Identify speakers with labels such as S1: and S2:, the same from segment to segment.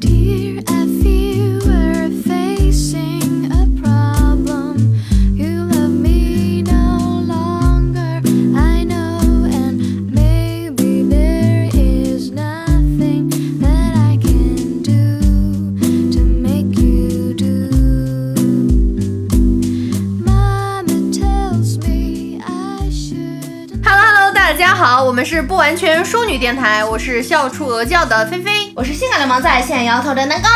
S1: Dear, I fear we're facing a problem. You love me no longer, I know, and maybe there is nothing that I can do to make you do. Mama tells me I shouldn't.
S2: Hello Hello，大家好，我们是不完全淑女电台，我是笑出鹅叫的菲菲，
S3: 我是性感流氓在线摇头的南哥。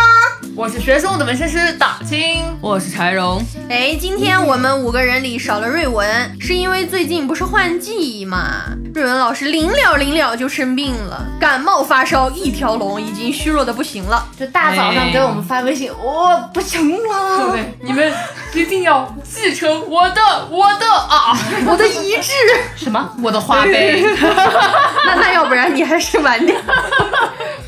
S4: 我是学生物的纹身师大清，我是柴荣。
S2: 哎，今天我们五个人里少了瑞文，是因为最近不是换季嘛？瑞文老师临了临了就生病了，感冒发烧一条龙，已经虚弱的不行了。
S3: 就大早上给我们发微信，我、不行了。
S4: 对，你们一定要继承我的我的啊，
S2: 我的遗 志，
S4: 什么？我的花呗，
S2: 那那要不然你还是晚点。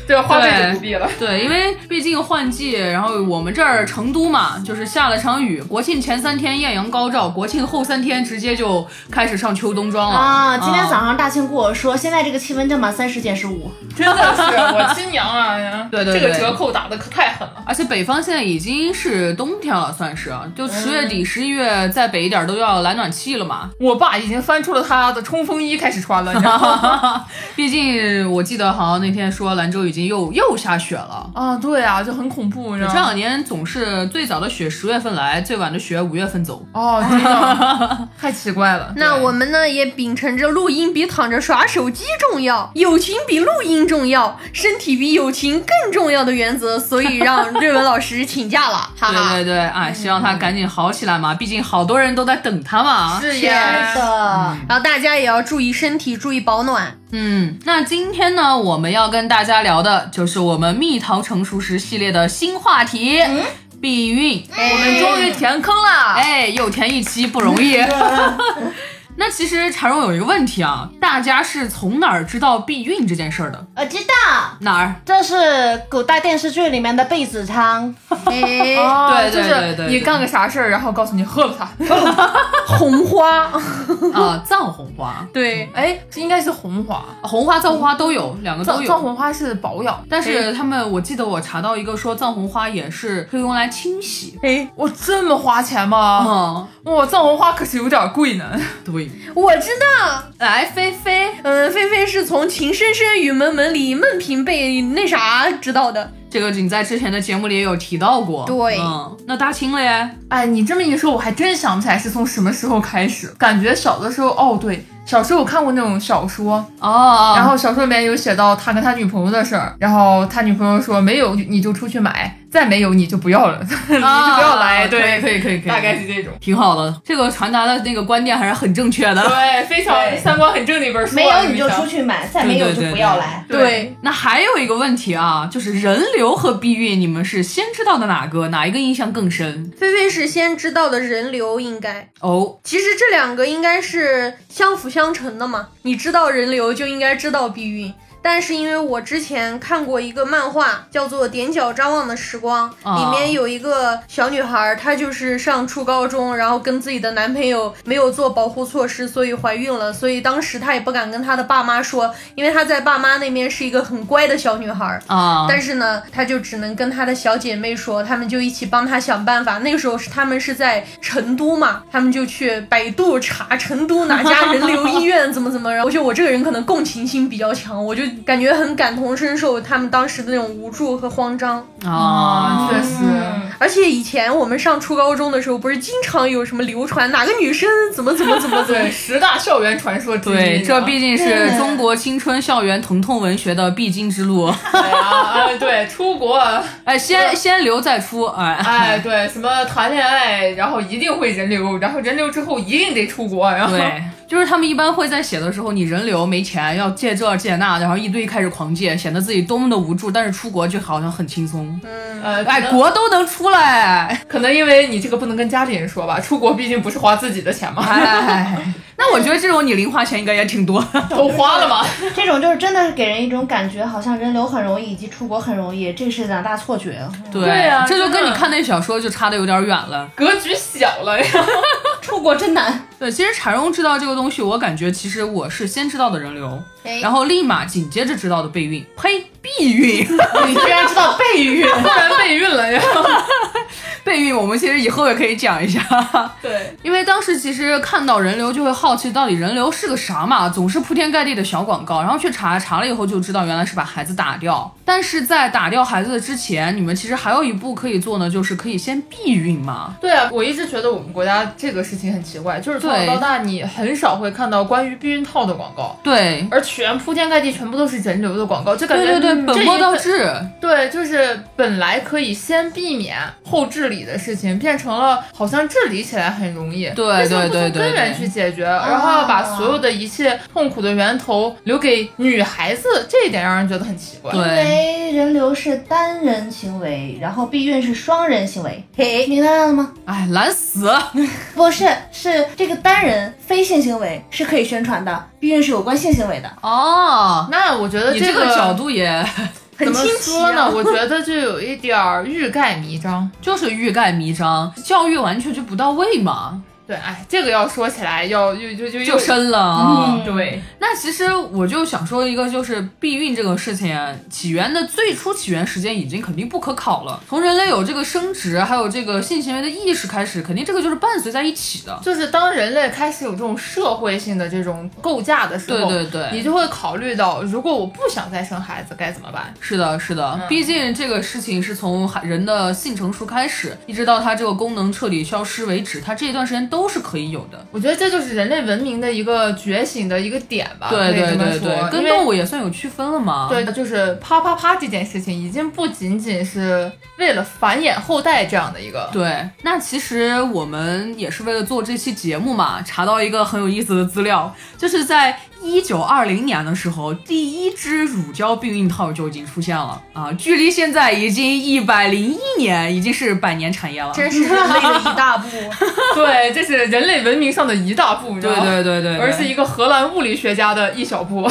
S5: 对，花费就不必了。
S6: 对，因为毕竟换季，然后我们这儿成都嘛，就是下了场雨，国庆前三天艳阳高照，国庆后三天直接就开始上秋冬装了
S3: 啊，今天早上大庆跟我说，现在这个气温正满三十减十五，
S5: 真的是我 亲娘啊！呀
S6: 对对
S5: 这个
S6: 对
S5: 折扣打的可太狠了。
S6: 而且北方现在已经是冬天了，算是啊就十月底、十一月再北一点都要来暖气了嘛。
S5: 我爸已经翻出了他的冲锋衣开始穿了，你知道吗？
S6: 毕竟我记得好像那天说兰州已经又又下雪了。
S5: 啊，对啊，就很恐怖，你知
S6: 这
S5: 道吗？
S6: 两年总是最早的雪十月份来，最晚的雪五月份走。
S5: 哦，真的太奇怪了。
S2: 那我们呢也秉承着录音比躺着耍手机重要，友情比录音重要，身体比友情更重要的原则，所以让瑞文老师请假 了，哈
S6: 对
S2: 哈。
S6: 对对，哎，希望他赶紧好起来嘛，毕竟好多人都在等他嘛。
S5: 是
S3: 真
S5: 呀，
S3: 的。
S2: 然后大家也要注意身体，注意保暖。
S6: 嗯，那今天呢，我们要跟大家聊的就是我们蜜桃成熟时系列的新话题——避孕。
S5: 我们终于填坑了。
S6: 哎，又填一期不容易。那其实柴荣有一个问题啊，大家是从哪儿知道避孕这件事儿的？
S3: 我知道，
S6: 哪儿？
S3: 这是古代电视剧里面的贝子汤，
S2: 哎，
S5: 哦
S6: 对对
S5: 就
S6: 对
S5: 是
S6: 对
S5: 你
S6: 对
S5: 干个啥事儿，然后告诉你喝了 它。
S2: 红花，
S6: 啊，藏红花、
S2: 对，
S5: 哎，应该是红花，
S6: 红花、藏红花都有，两个都
S5: 藏藏
S6: 有。
S5: 红花是保养。
S6: 但是他们，我记得我查到一个说藏红花也是可以用来清洗。
S5: 哎，我这么花钱吗？
S6: 嗯，
S5: 哇，藏红花可是有点贵呢。
S6: 对。
S2: 我知道，
S6: 来，菲菲，
S2: 嗯，菲菲是从《情深深雨蒙蒙》里孟平被那啥知道的，
S6: 这个你在之前的节目里也有提到过。
S2: 对
S6: 嗯，那大清嘞？
S5: 哎，你这么一说，我还真想不起来是从什么时候开始。感觉小的时候，哦，对，小时候我看过那种小说，
S6: 哦，
S5: 然后小说里面有写到他跟他女朋友的事儿，然后他女朋友说没有你就出去买，再没有你就不要了， 你就不
S6: 啊
S5: 要来。
S6: 可以
S5: 对，
S6: 可以可以可以
S5: 大概是这种。
S6: 挺好的，这个传达的那个观念还是很正确的。
S5: 对，非常
S3: 对
S5: 三观很正的一本书啊。
S3: 没有你就
S5: 想
S3: 出。去买，再没有就不要来。
S5: 对，
S6: 那还有一个问题啊，就是人流和避孕，你们是先知道的哪个？哪一个印象更深？
S2: 菲菲是先知道的人流应该。
S6: 哦，
S2: 其实这两个应该是相辅相成的嘛，你知道人流就应该知道避孕。但是因为我之前看过一个漫画，叫做《踮脚张望的时光》，
S6: 哦
S2: 里面有一个小女孩，她就是上初高中，然后跟自己的男朋友没有做保护措施，所以怀孕了。所以当时她也不敢跟她的爸妈说，因为她在爸妈那边是一个很乖的小女孩。
S6: 啊，
S2: 但是呢，她就只能跟她的小姐妹说，她们就一起帮她想办法。那个时候是她们是在成都嘛，她们就去百度查成都哪家人流医院怎么怎么。然后就我这个人可能共情心比较强，我就感觉很感同身受她们当时的那种无助和慌张。
S6: 啊，
S5: 确实。
S2: 而且以前我们上初高中的时候，不是经常有什么流传哪个女生怎么怎么怎么 怎么。
S5: 对，十大校园传说之一。啊
S6: 对，这毕竟是
S3: 对
S6: 中国青春校园疼痛文学的必经之路。
S5: 哎呀，哎对，出国，啊
S6: 哎，先先流再出， 哎，
S5: 哎，对，什么谈恋爱，然后一定会人流，然后人流之后一定得出国，然后
S6: 对，就是他们一般会在写的时候，你人流没钱，要借这借那，然后一堆开始狂借，显得自己多么的无助。但是出国就好像很轻松，
S5: 呃，可
S6: 哎，
S5: 能
S6: 国都能出来，
S5: 可能因为你这个不能跟家里人说吧，出国毕竟不是花自己的钱嘛，
S6: 哎， 那我觉得这种你零花钱应该也挺多。
S5: 都花 了嘛。
S3: 这种就是真的是给人一种感觉，好像人流很容易，以及出国很容易，这是两大错觉。
S6: 对
S5: 对啊
S6: 这就
S5: 真
S6: 跟
S5: 的
S6: 你看那小说就差的有点远了。
S5: 格局小了呀。
S3: 出国真难。
S6: 对，其实柴荣知道这个东西，我感觉其实我是先知道的人流，
S3: 哎
S6: 然后立马紧接着知道的备孕，呸，避孕，
S3: 你居然知道备孕？
S4: 突然备孕了呀！
S6: 备孕，我们其实以后也可以讲一下，
S4: 对，
S6: 因为当时其实看到人流就会好奇到底人流是个啥嘛，总是铺天盖地的小广告，然后去查查了以后就知道原来是把孩子打掉。但是在打掉孩子的之前，你们其实还有一步可以做呢，就是可以先避孕嘛。
S5: 对啊，我一直觉得我们国家这个事情很奇怪，就是从小
S6: 对
S5: 到大你很少会看到关于避孕套的广告，
S6: 对，
S5: 而全铺天盖地全部都是人流的广告，就感
S6: 对
S5: 觉
S6: 对对，
S5: 嗯这
S6: 本
S5: 一
S6: 末倒
S5: 份
S6: 置。
S5: 对，就是本来可以先避免后治理的事情，变成了好像治理起来很容易，
S6: 对
S5: 但是
S6: 对
S5: 不从
S6: 对对
S5: 根源
S6: 对
S5: 去解决，然后要把所有的一切痛苦的源头留给女孩子，这一点让人觉得很奇怪。
S6: 对
S3: 因为人流是单人行为，然后避孕是双人行为。嘿，明白了吗？
S6: 哎，懒死！
S3: 不是，是这个单人非性行为是可以宣传的，避孕是有关性行为的。
S6: 哦，
S5: 那我觉得
S6: 你这
S5: 个
S6: 个角度也
S5: 怎么
S3: 很清奇
S5: 说
S3: 啊
S5: 呢？我觉得就有一点儿欲盖弥彰。
S6: 就是欲盖弥彰，教育完全就不到位嘛，
S5: 对，哎，这个要说起来，要又就
S6: 就
S5: 就又
S6: 深了啊。
S5: 对，
S6: 那其实我就想说一个，就是避孕这个事情起源的最初起源时间已经肯定不可考了。从人类有这个生殖，还有这个性行为的意识开始，肯定这个就是伴随在一起的。
S5: 就是当人类开始有这种社会性的这种构架的时
S6: 对
S5: 候，
S6: 对对
S5: 你就会考虑到，如果我不想再生孩子该怎么办？
S6: 是的，是
S5: 嗯
S6: 的，毕竟这个事情是从人的性成熟开始，一直到它这个功能彻底消失为止，它这一段时间都是可以有的。
S5: 我觉得这就是人类文明的一个觉醒的一个点吧，
S6: 对
S5: 啊可以
S6: 对
S5: 这么
S6: 对
S5: 说
S6: 对，跟
S5: 因为
S6: 动物也算有区分了嘛。
S5: 对，就是啪啪啪这件事情，已经不仅仅是为了繁衍后代这样的一个，
S6: 对，那其实我们也是为了做这期节目嘛，查到一个很有意思的资料，就是在一九二零年的时候，第一支乳胶避孕套就已经出现了啊，距离现在已经一百零一年，已经是百年产业了。
S2: 真是人类的一大步。
S5: 对，这是人类文明上的一大步，你知
S6: 对
S5: 道吗？
S6: 对对对，对
S5: 而是一个荷兰物理学家的一小 步，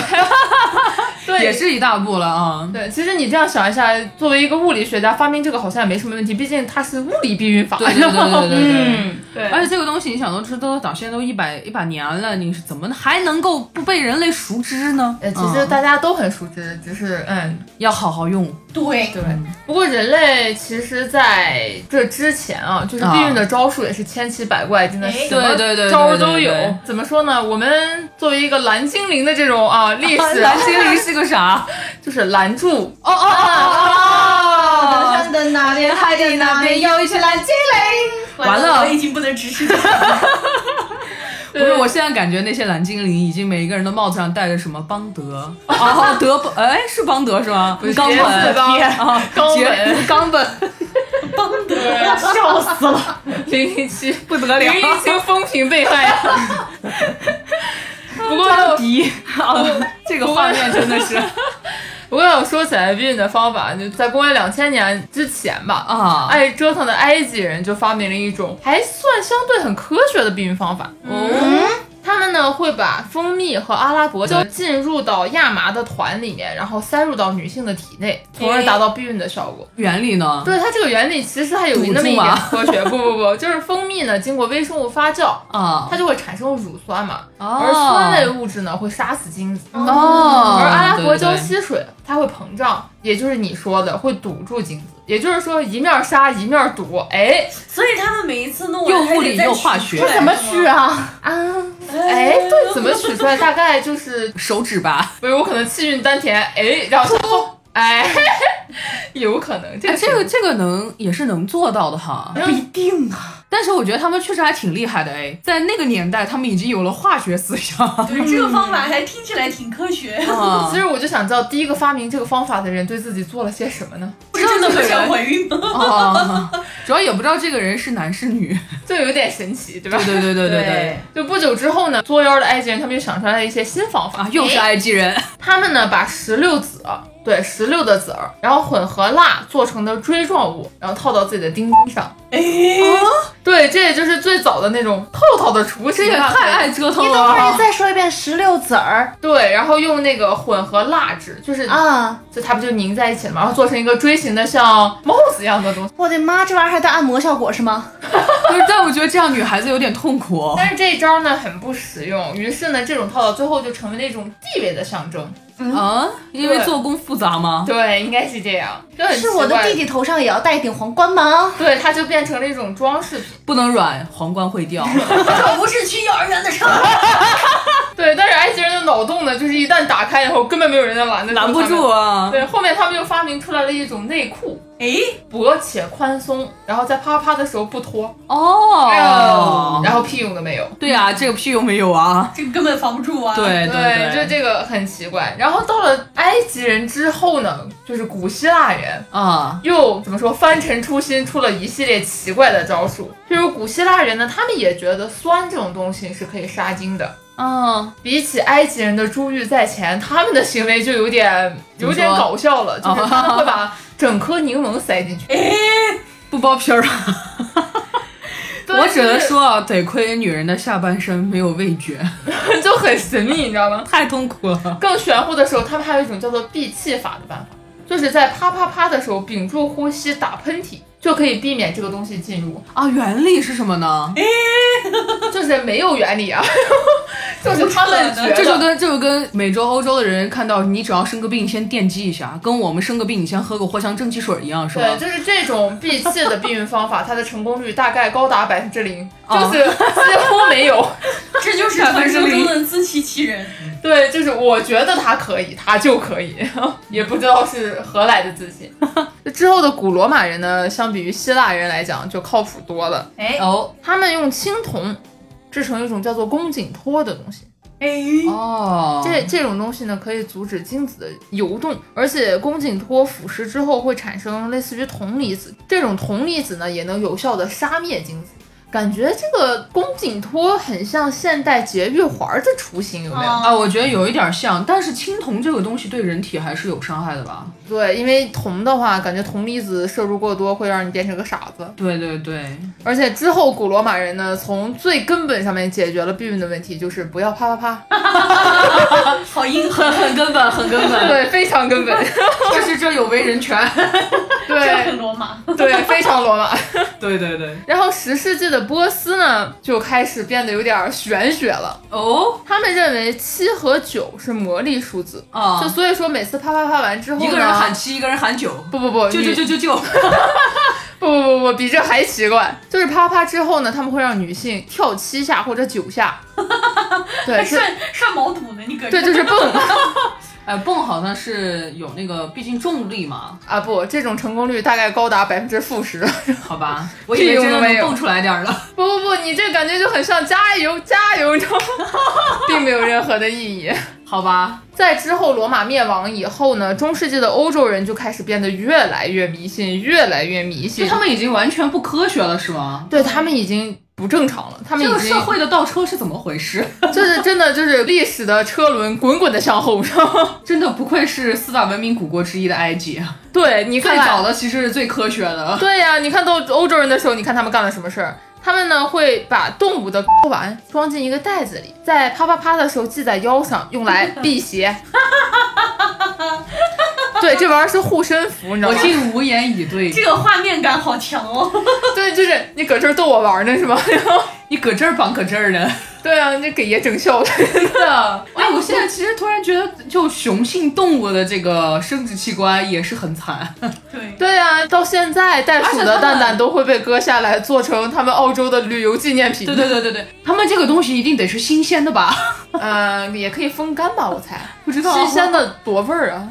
S5: 对，
S6: 也是一大步了啊。
S5: 对，其实你这样想一下，作为一个物理学家，发明这个好像也没什么问题，毕竟它是物理避孕法。
S6: 对对对对对对 对。
S3: 嗯，
S5: 对
S6: 而且这个东西，你想都知道，到现在都一百一百年了，你是怎么还能够不被人类熟知呢？
S5: 呃，其实
S6: 嗯
S5: 大家都很熟知，只是嗯，
S6: 要好好 用，
S2: 对，
S5: 对。不过人类其实在这之前啊，就是避孕的招数也是千奇百怪，真的是什么
S6: 嗯对对对
S5: 招儿都
S6: 对对
S5: 有
S6: 对。
S5: 怎么说呢？我们作为一个蓝精灵的这种啊历史，
S6: 蓝精灵是个啥？
S5: 就是拦住
S6: 哦哦
S5: 啊
S6: 哦哦！
S3: 山的那边，海的那边，有一群蓝精灵。
S6: 完了
S2: 我已经不能直视
S3: 哎
S2: 这个。
S6: 不是，我现在感觉那些蓝精灵已经每一个人的帽子上戴着什么邦德，啊德不，哎是邦德是吗？
S5: 是
S6: 冈
S5: 杰斯
S6: 本，
S5: 邦
S6: 啊
S5: 冈
S6: 杰
S5: 呃本
S6: 冈本，
S3: 笑死了！
S5: 零零七，
S6: 不得
S5: 零
S6: 了，
S5: 零七风评被害。啊 不过
S6: 张 迪，啊这个画面真的是
S5: 不过要说起来避孕的方法，就在公元两千年之前吧，
S6: 啊，
S5: 爱哎折腾的埃及人就发明了一种还算相对很科学的避孕方法。
S6: 哦，
S5: 他们呢会把蜂蜜和阿拉伯胶进入到亚麻的团里面，然后塞入到女性的体内，从而达到避孕的效果。
S6: 原理呢？
S5: 对它这个原理其实还有
S6: 堵
S5: 那么一
S6: 住
S5: 点
S6: 啊吗
S5: 科学，不不 不，就是蜂蜜呢经过微生物发酵，
S6: 啊
S5: 它，就会产生乳酸嘛，
S6: 哦
S5: 嗯而酸类物质呢会杀死精子。
S6: 哦，
S5: 而阿拉伯
S6: 对
S5: 胶
S6: 对对
S5: 吸水，它会膨胀，也就是你说的会堵住精子，也就是说一面杀一面堵，哎，
S2: 所以他们每一次弄完
S6: 又
S2: 还得
S6: 物理
S2: 再
S6: 又
S2: 取
S6: 化学
S2: 出来
S3: 怎么去啊？啊，
S5: 哎，对，怎么取出来？大概就是，
S6: 手指吧，
S5: 比如我可能气运丹田，哎，然后哦，哎， 有可能这
S6: 哎
S5: 个
S6: 这个这个能也是能做到的哈。
S5: 不一
S3: 定啊！
S6: 但是我觉得他们确实还挺厉害的哎，在那个年代，他们已经有了化学思想
S2: 对，这个方法还听起来挺科学。
S6: 啊
S5: 其。实我就想知道，第一个发明这个方法的人对自己做了些什么呢？
S2: 不是真 的不 想怀孕吗？
S6: 啊，主要也不知道这个人是男是女。
S5: 就有点神奇，对吧？
S6: 对对对对对
S3: 对，
S5: 就不久之后呢，
S6: 啊哎
S5: 作妖的埃及人他们就想出来了一些新方法
S6: 啊，又是埃及人。
S5: 他们呢把石榴籽对，石榴的籽儿，然后混合蜡做成的锥状物，然后套到自己的丁丁上。哎，对，这也就是最早的那种套套的雏形
S6: 哦这也啊
S5: 啊。
S6: 太爱折腾
S3: 你
S6: 了
S3: 等会儿
S6: 吧
S3: 你！再说一遍石榴籽儿
S5: 对，然后用那个混合蜡质，就是
S3: 啊！
S5: 就它不就凝在一起了吗？然后做成一个锥形的像帽子一样的东西。
S3: 我的妈，这玩意儿还带按摩效果是吗？
S6: 不是，但我觉得这样女孩子有点痛苦哦。
S5: 但是这一招呢很不实用，于是呢这种套到最后就成为了一种地位的象征。
S6: 啊，因为做工复杂吗？
S5: 对，应该是这样，就很
S3: 是我的弟
S5: 弟。
S3: 弟头上也要戴一顶皇冠吗？
S5: 对，它就变成了一种装饰品。
S6: 不能软，皇冠会掉。
S2: 可不是去幼儿园的场。
S5: 对，但是埃及人的脑洞呢，就是一旦打开以后，根本没有人能拦得
S6: 拦不
S5: 他们
S6: 住 啊！
S5: 对，后面他们又发明出来了一种内裤，
S2: 哎，
S5: 薄且宽松，然后在啪啪的时候不脱，
S6: 哦，
S5: 然后屁用都没有。
S6: 对啊，这个屁用没有啊！
S2: 这个根本防不住啊。，
S6: 对
S5: 就
S6: 对，
S5: 这个很奇怪。然后到了埃及人之后呢，就是古希腊人
S6: 啊，
S5: 又怎么说翻陈出新，出了一系列奇怪的招数。譬如古希腊人呢，他们也觉得酸这种东西是可以杀精的。
S6: 嗯，
S5: 比起埃及人的珠玉在前，他们的行为就有点有点
S6: 怎么说
S5: 搞笑了，就是他们会把整颗柠檬塞 进去。
S6: 不包皮儿吧？
S5: 对
S6: 我只能，说啊，得亏女人的下半身没有味觉，
S5: 就是就很神秘，你知道吗？
S6: 太痛苦了。
S5: 更玄乎的时候，他们还有一种叫做闭气法的办法，就是在啪啪啪的时候屏住呼吸打喷嚏，就可以避免这个东西进入，
S6: 啊，原理是什么呢？
S5: 就是没有原理啊， 就是他们
S2: 啊
S5: 觉得
S6: 这就跟这就跟美洲、欧洲的人看到你只要生个病先电击一下，跟我们生个病你先喝个藿香正气水一样，是
S5: 对，
S6: 吧？
S5: 就是这种闭气的避孕方法，它的成功率大概高达百分之零，就
S6: 哦
S5: 是几乎没有。
S2: 这就是传说中的自欺欺人。
S5: 对，就是我觉得他可以，他就可以， 也不知道是何来的 自信。之后的古罗马人呢，相比于希腊人来讲就靠谱多了。
S2: 哎
S6: 哦
S5: 他们用青铜制成一种叫做宫颈托的东西，
S2: 哎，
S6: 哦，
S5: 这这种东西呢可以阻止精子的游动，而且宫颈托腐蚀之后会产生类似于铜离子，这种铜离子呢也能有效的杀灭精子。感觉这个宫颈托很像现代节育环儿的雏形，有没有？
S6: 啊，我觉得有一点像，但是青铜这个东西对人体还是有伤害的吧？
S5: 对，因为铜的话，感觉铜离子摄入过多会让你变成个傻子。
S6: 对对对，
S5: 而且之后古罗马人呢，从最根本上面解决了避孕的问题，就是不要啪啪啪。
S2: 好啊硬核，
S6: 很很根本，很根 本，
S5: 对，非常根本。
S6: 就是这有违人权。
S2: 这
S5: 对
S2: 很罗马。
S5: 对，非常罗马。
S6: 对对对，
S5: 然后十世纪的波斯呢，就开始变得有点玄学了。
S6: 哦
S5: 他们认为七和九是魔力数字，
S6: 啊
S5: 就，所以说每次啪啪啪完之后呢，
S6: 一个人喊七，一个人喊九，
S5: 不不不，
S6: 救救
S5: 女
S6: 救救 救！
S5: 不不不不，比这还奇怪，就是啪啪之后呢，他们会让女性跳七下或者九 下，对，
S2: 还
S5: 是，
S2: 涮涮毛肚呢，你搁
S5: 对，就是蹦
S6: 哎，蹦好像是有那个，毕竟重力嘛，
S5: 啊，不，这种成功率大概高达百分之负十，
S6: 好 吧，我以为真的能蹦出来点儿了。
S5: 不不不，你这感觉就很像加油加油，你知道吗？并没有任何的意义。
S6: 好吧，
S5: 在之后罗马灭亡以后呢，中世纪的欧洲人就开始变得越来越迷信，越来越迷
S6: 就
S5: 信，
S6: 他们已经完全不科学了，是吗？
S5: 对他们已经不正常了，他们
S6: 这
S5: 已
S6: 个
S5: 经
S6: 社会的倒车是怎么回事？
S5: 就是真的就是历史的车轮滚滚的向后， 知道吗？
S6: 真的不愧是四大文明古国之一的埃及，
S5: 对，你看
S6: 最
S5: 看
S6: 早的其实是最科学的。
S5: 对呀、你看到欧洲人的时候，你看他们干了什么事儿？他们呢会把动物的睾丸装进一个袋子里，在啪啪啪的时候系在腰上，用来辟 邪。对，这玩意儿是护身符，你知道
S6: 我
S5: 吗？
S6: 竟无言以对，
S2: 这个画面感好强哦。
S5: 对，就是你搁这儿逗我玩儿呢， 是吧？然后
S6: 你搁这儿绑搁这儿的。
S5: 对啊，你给爷整笑了，真 的。
S6: 哎，我现在其实突然觉得，就雄性动物的这个生殖器官也是很惨。
S2: 对，
S5: 对啊，到现在袋鼠
S6: 而且他
S5: 的
S6: 们
S5: 蛋蛋都会被割下来，做成他们澳洲的旅游纪念品。
S6: 对对对对对，他们这个东西一定得是新鲜的吧？
S5: 嗯，也可以风干吧，我 猜。
S6: 不知道
S5: 新鲜的多味儿 啊，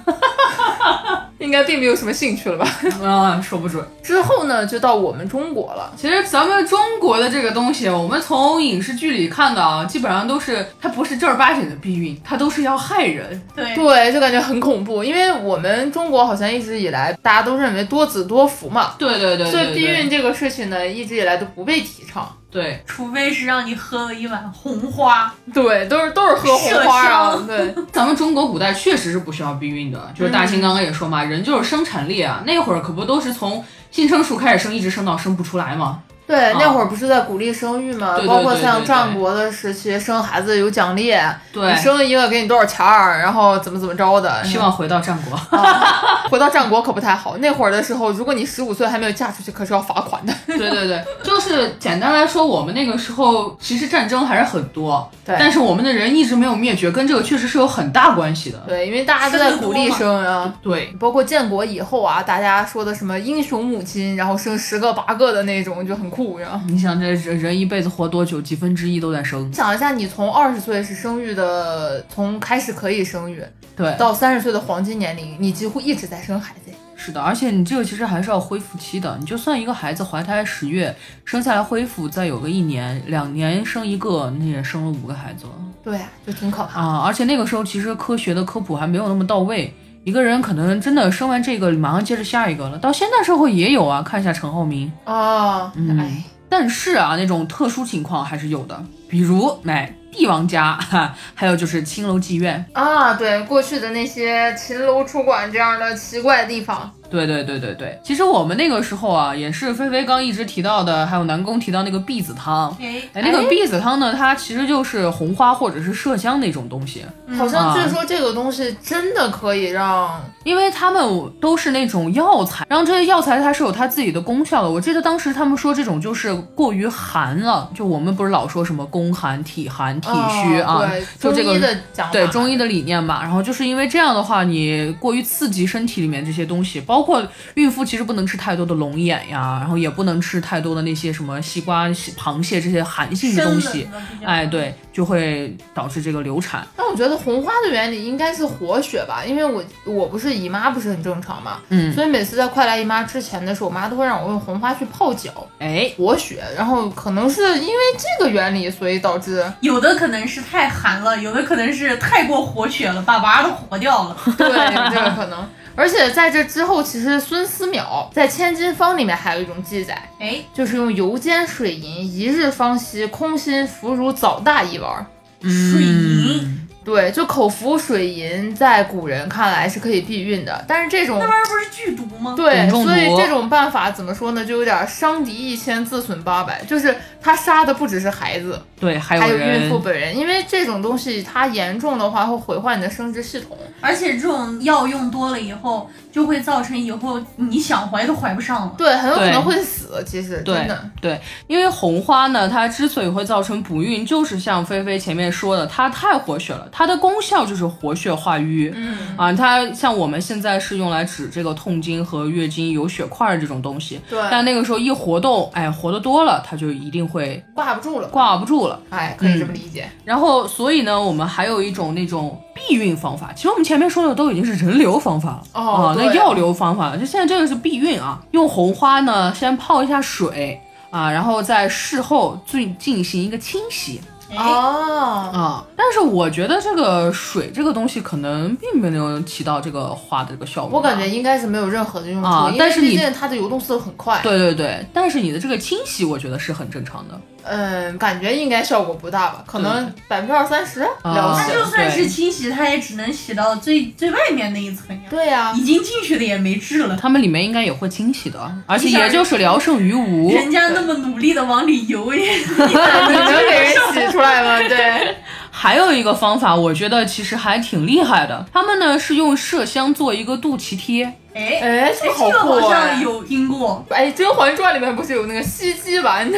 S5: 应该并没有什么兴趣了吧？
S6: 啊，说不准。
S5: 之后呢，就到我们中国了。
S6: 其实咱们中国的这个东西，我们从影视剧里看的啊，基本上都是它不是正儿八经的避孕，它都是要害人。
S2: 对，
S5: 对，就感觉很恐怖，因为我们中国好像一直以来大家都认为多子多福嘛，
S6: 对对对
S5: 所以避孕
S6: 这
S5: 这个事情呢，一直以来都不被提倡。
S6: 对，
S2: 除非是让你喝了一碗红花，
S5: 对，都是都是喝红花啊，对，
S6: 咱们中国古代确实是不需要避孕的，就是大清刚刚也说嘛，人就是生产力啊，那会儿可不都是从性成熟开始生，一直生到生不出来嘛。
S5: 对，那会儿不是在鼓励生育吗？
S6: 啊对对
S5: 包括
S6: 对
S5: 像
S6: 对
S5: 战
S6: 对
S5: 国的时期，生孩子有奖励，
S6: 对
S5: 你，生一个给你多少钱儿，然后怎么怎么着的。
S6: 希望回到战国。
S5: 啊回到战国可不太好，那会儿的时候，如果你十五岁还没有嫁出去，可是要罚款的。
S6: 对对对， 就是简单来说，我们那个时候其实战争还是很多，
S5: 对
S6: 但是我们的人一直没有灭绝，跟这个确实是有很大关系的。
S5: 对，因为大家都在鼓励生啊。
S6: 对，
S5: 包括建国以后啊，大家说的什么英雄母亲，然后生十个八个的那种，就很酷。然后
S6: 你想这人人一辈子活多久，几分之一都在生。
S5: 想一下，你从二十岁是生育的，从开始可以生育
S6: 对，
S5: 到三十岁的黄金年龄，你几乎一直在生孩子。
S6: 是的，而且你这个其实还是要恢复期的。你就算一个孩子怀胎十月，生下来恢复，再有个一年、两年生一个，那也生了五个孩子了
S5: 对啊，就挺可怕的。
S6: 啊！而且那个时候其实科学的科普还没有那么到位，一个人可能真的生完这个，马上接着下一个了。到现在社会也有啊，看一下陈浩民。
S5: 哦，
S6: 嗯
S5: 哎，
S6: 但是啊，那种特殊情况还是有的，比如买帝王家，哈，还有就是青楼妓院。
S5: 啊，对，过去的那些秦楼楚馆这样的奇怪的地方，
S6: 对对对对对，其实我们那个时候啊，也是菲菲刚一直提到的，还有南宫提到那个避子汤。
S2: 哎，
S6: 哎，那个避子汤呢，它其实就是红花或者是麝香那种东西，
S5: 好像
S6: 啊
S5: 据说这个东西真的可以让
S6: 因为它们都是那种药材，然后这些药材它是有它自己的功效的。我记得当时他们说这种就是过于寒了，就我们不是老说什么宫寒、体寒、体虚啊，
S5: 哦对
S6: 就这个
S5: 中医的讲法，
S6: 对中医的理念嘛，然后就是因为这样的话，你过于刺激身体里面这些东西，包括孕妇其实不能吃太多的龙眼呀，然后也不能吃太多的那些什么西瓜、西螃蟹这些寒性的东西，哎，对，就会导致这个流产。
S5: 但我觉得红花的原理应该是活血吧，因为我我不是姨妈不是很正常嘛，
S6: 嗯，
S5: 所以每次在快来姨妈之前的时候，我妈都会让我用红花去泡脚
S6: 哎，
S5: 活血，然后可能是因为这个原理，所以导致
S2: 有的可能是太寒了，有的可能是太过活血了，把娃都活掉了。
S5: 对，这个可能。而且在这之后，其实孙思邈在《千金方》里面还有一种记载，
S2: 哎，
S5: 就是用油煎水银，一日方息，空心服乳早大一丸。
S2: 水
S6: 嗯
S2: 银
S5: 对，就口服水银，在古人看来是可以避孕的，但是这种
S2: 那不是剧毒吗？
S5: 对，
S6: 汞中毒
S5: 所以这种办法怎么说呢，就有点伤敌一千，自损八百，就是他杀的不只是孩子，
S6: 对，还
S5: 还有
S6: 有
S5: 孕
S6: 人
S5: 妇本人，因为这种东西它严重的话会毁坏你的生殖系统。
S2: 而且这种药用多了以后，就会造成以后你想怀都怀不上了。
S5: 对，很有可
S6: 对
S5: 能会死，其实
S6: 对
S5: 真的。
S6: 对，因为红花呢，它之所以会造成不孕，就是像菲菲前面说的，它太活血了，它的功效就是活血化瘀。嗯啊，它像我们现在是用来指这个痛经和月经有血块儿这种东西。
S5: 对
S6: 但那个时候一活动，哎，活得多了，它就一定会
S5: 挂不住了，
S6: 挂嗯不住了。
S5: 哎，可以这么理解。
S6: 然后，所以呢，我们还有一种那种避孕方法。其实我们前面说的都已经是人流方法了
S5: 哦
S6: 啊，
S5: 对
S6: 那药流方法了。就现在这个是避孕啊，用红花呢先泡一下水啊，然后在事后进进行一个清洗
S2: 哎，
S5: 哦，
S6: 啊。但是我觉得这个水这个东西可能并没有起到这个花的这个效果吧。
S5: 我感觉应该是没有任何的用处，
S6: 啊
S5: 因为
S6: 但是你
S5: 毕竟它的流动速度很快。
S6: 对对对，但是你的这个清洗，我觉得是很正常的。
S5: 嗯，感觉应该效果不大吧，可能百分之二三十了
S6: 啊
S5: 不
S2: 它
S5: 起。
S2: 就算
S6: 对
S2: 是清洗，它也只能洗到最最外面那一层呀，
S5: 对呀、
S2: 已经进去的也没治
S5: 哦
S2: 了。
S6: 他们里面应该也会清洗的，
S5: 嗯
S6: 而且
S2: 你想
S6: 也就是聊胜于无。
S2: 人家那么努力的往里游，也你咋
S5: 你
S2: 能
S5: 能
S2: 治
S5: 给
S2: 得
S5: 人
S2: 上
S5: 洗出来吗？ 对，
S6: 还有一个方法，我觉得其实还挺厉害的。他们呢是用麝香做一个肚脐贴，
S2: 哎，哎
S5: 哎，这
S2: 这
S5: 个好
S2: 个
S5: 酷、
S2: 好
S5: 哎
S2: 像有听过
S5: 哎，《甄嬛传》里面不是有那个吸鸡丸的，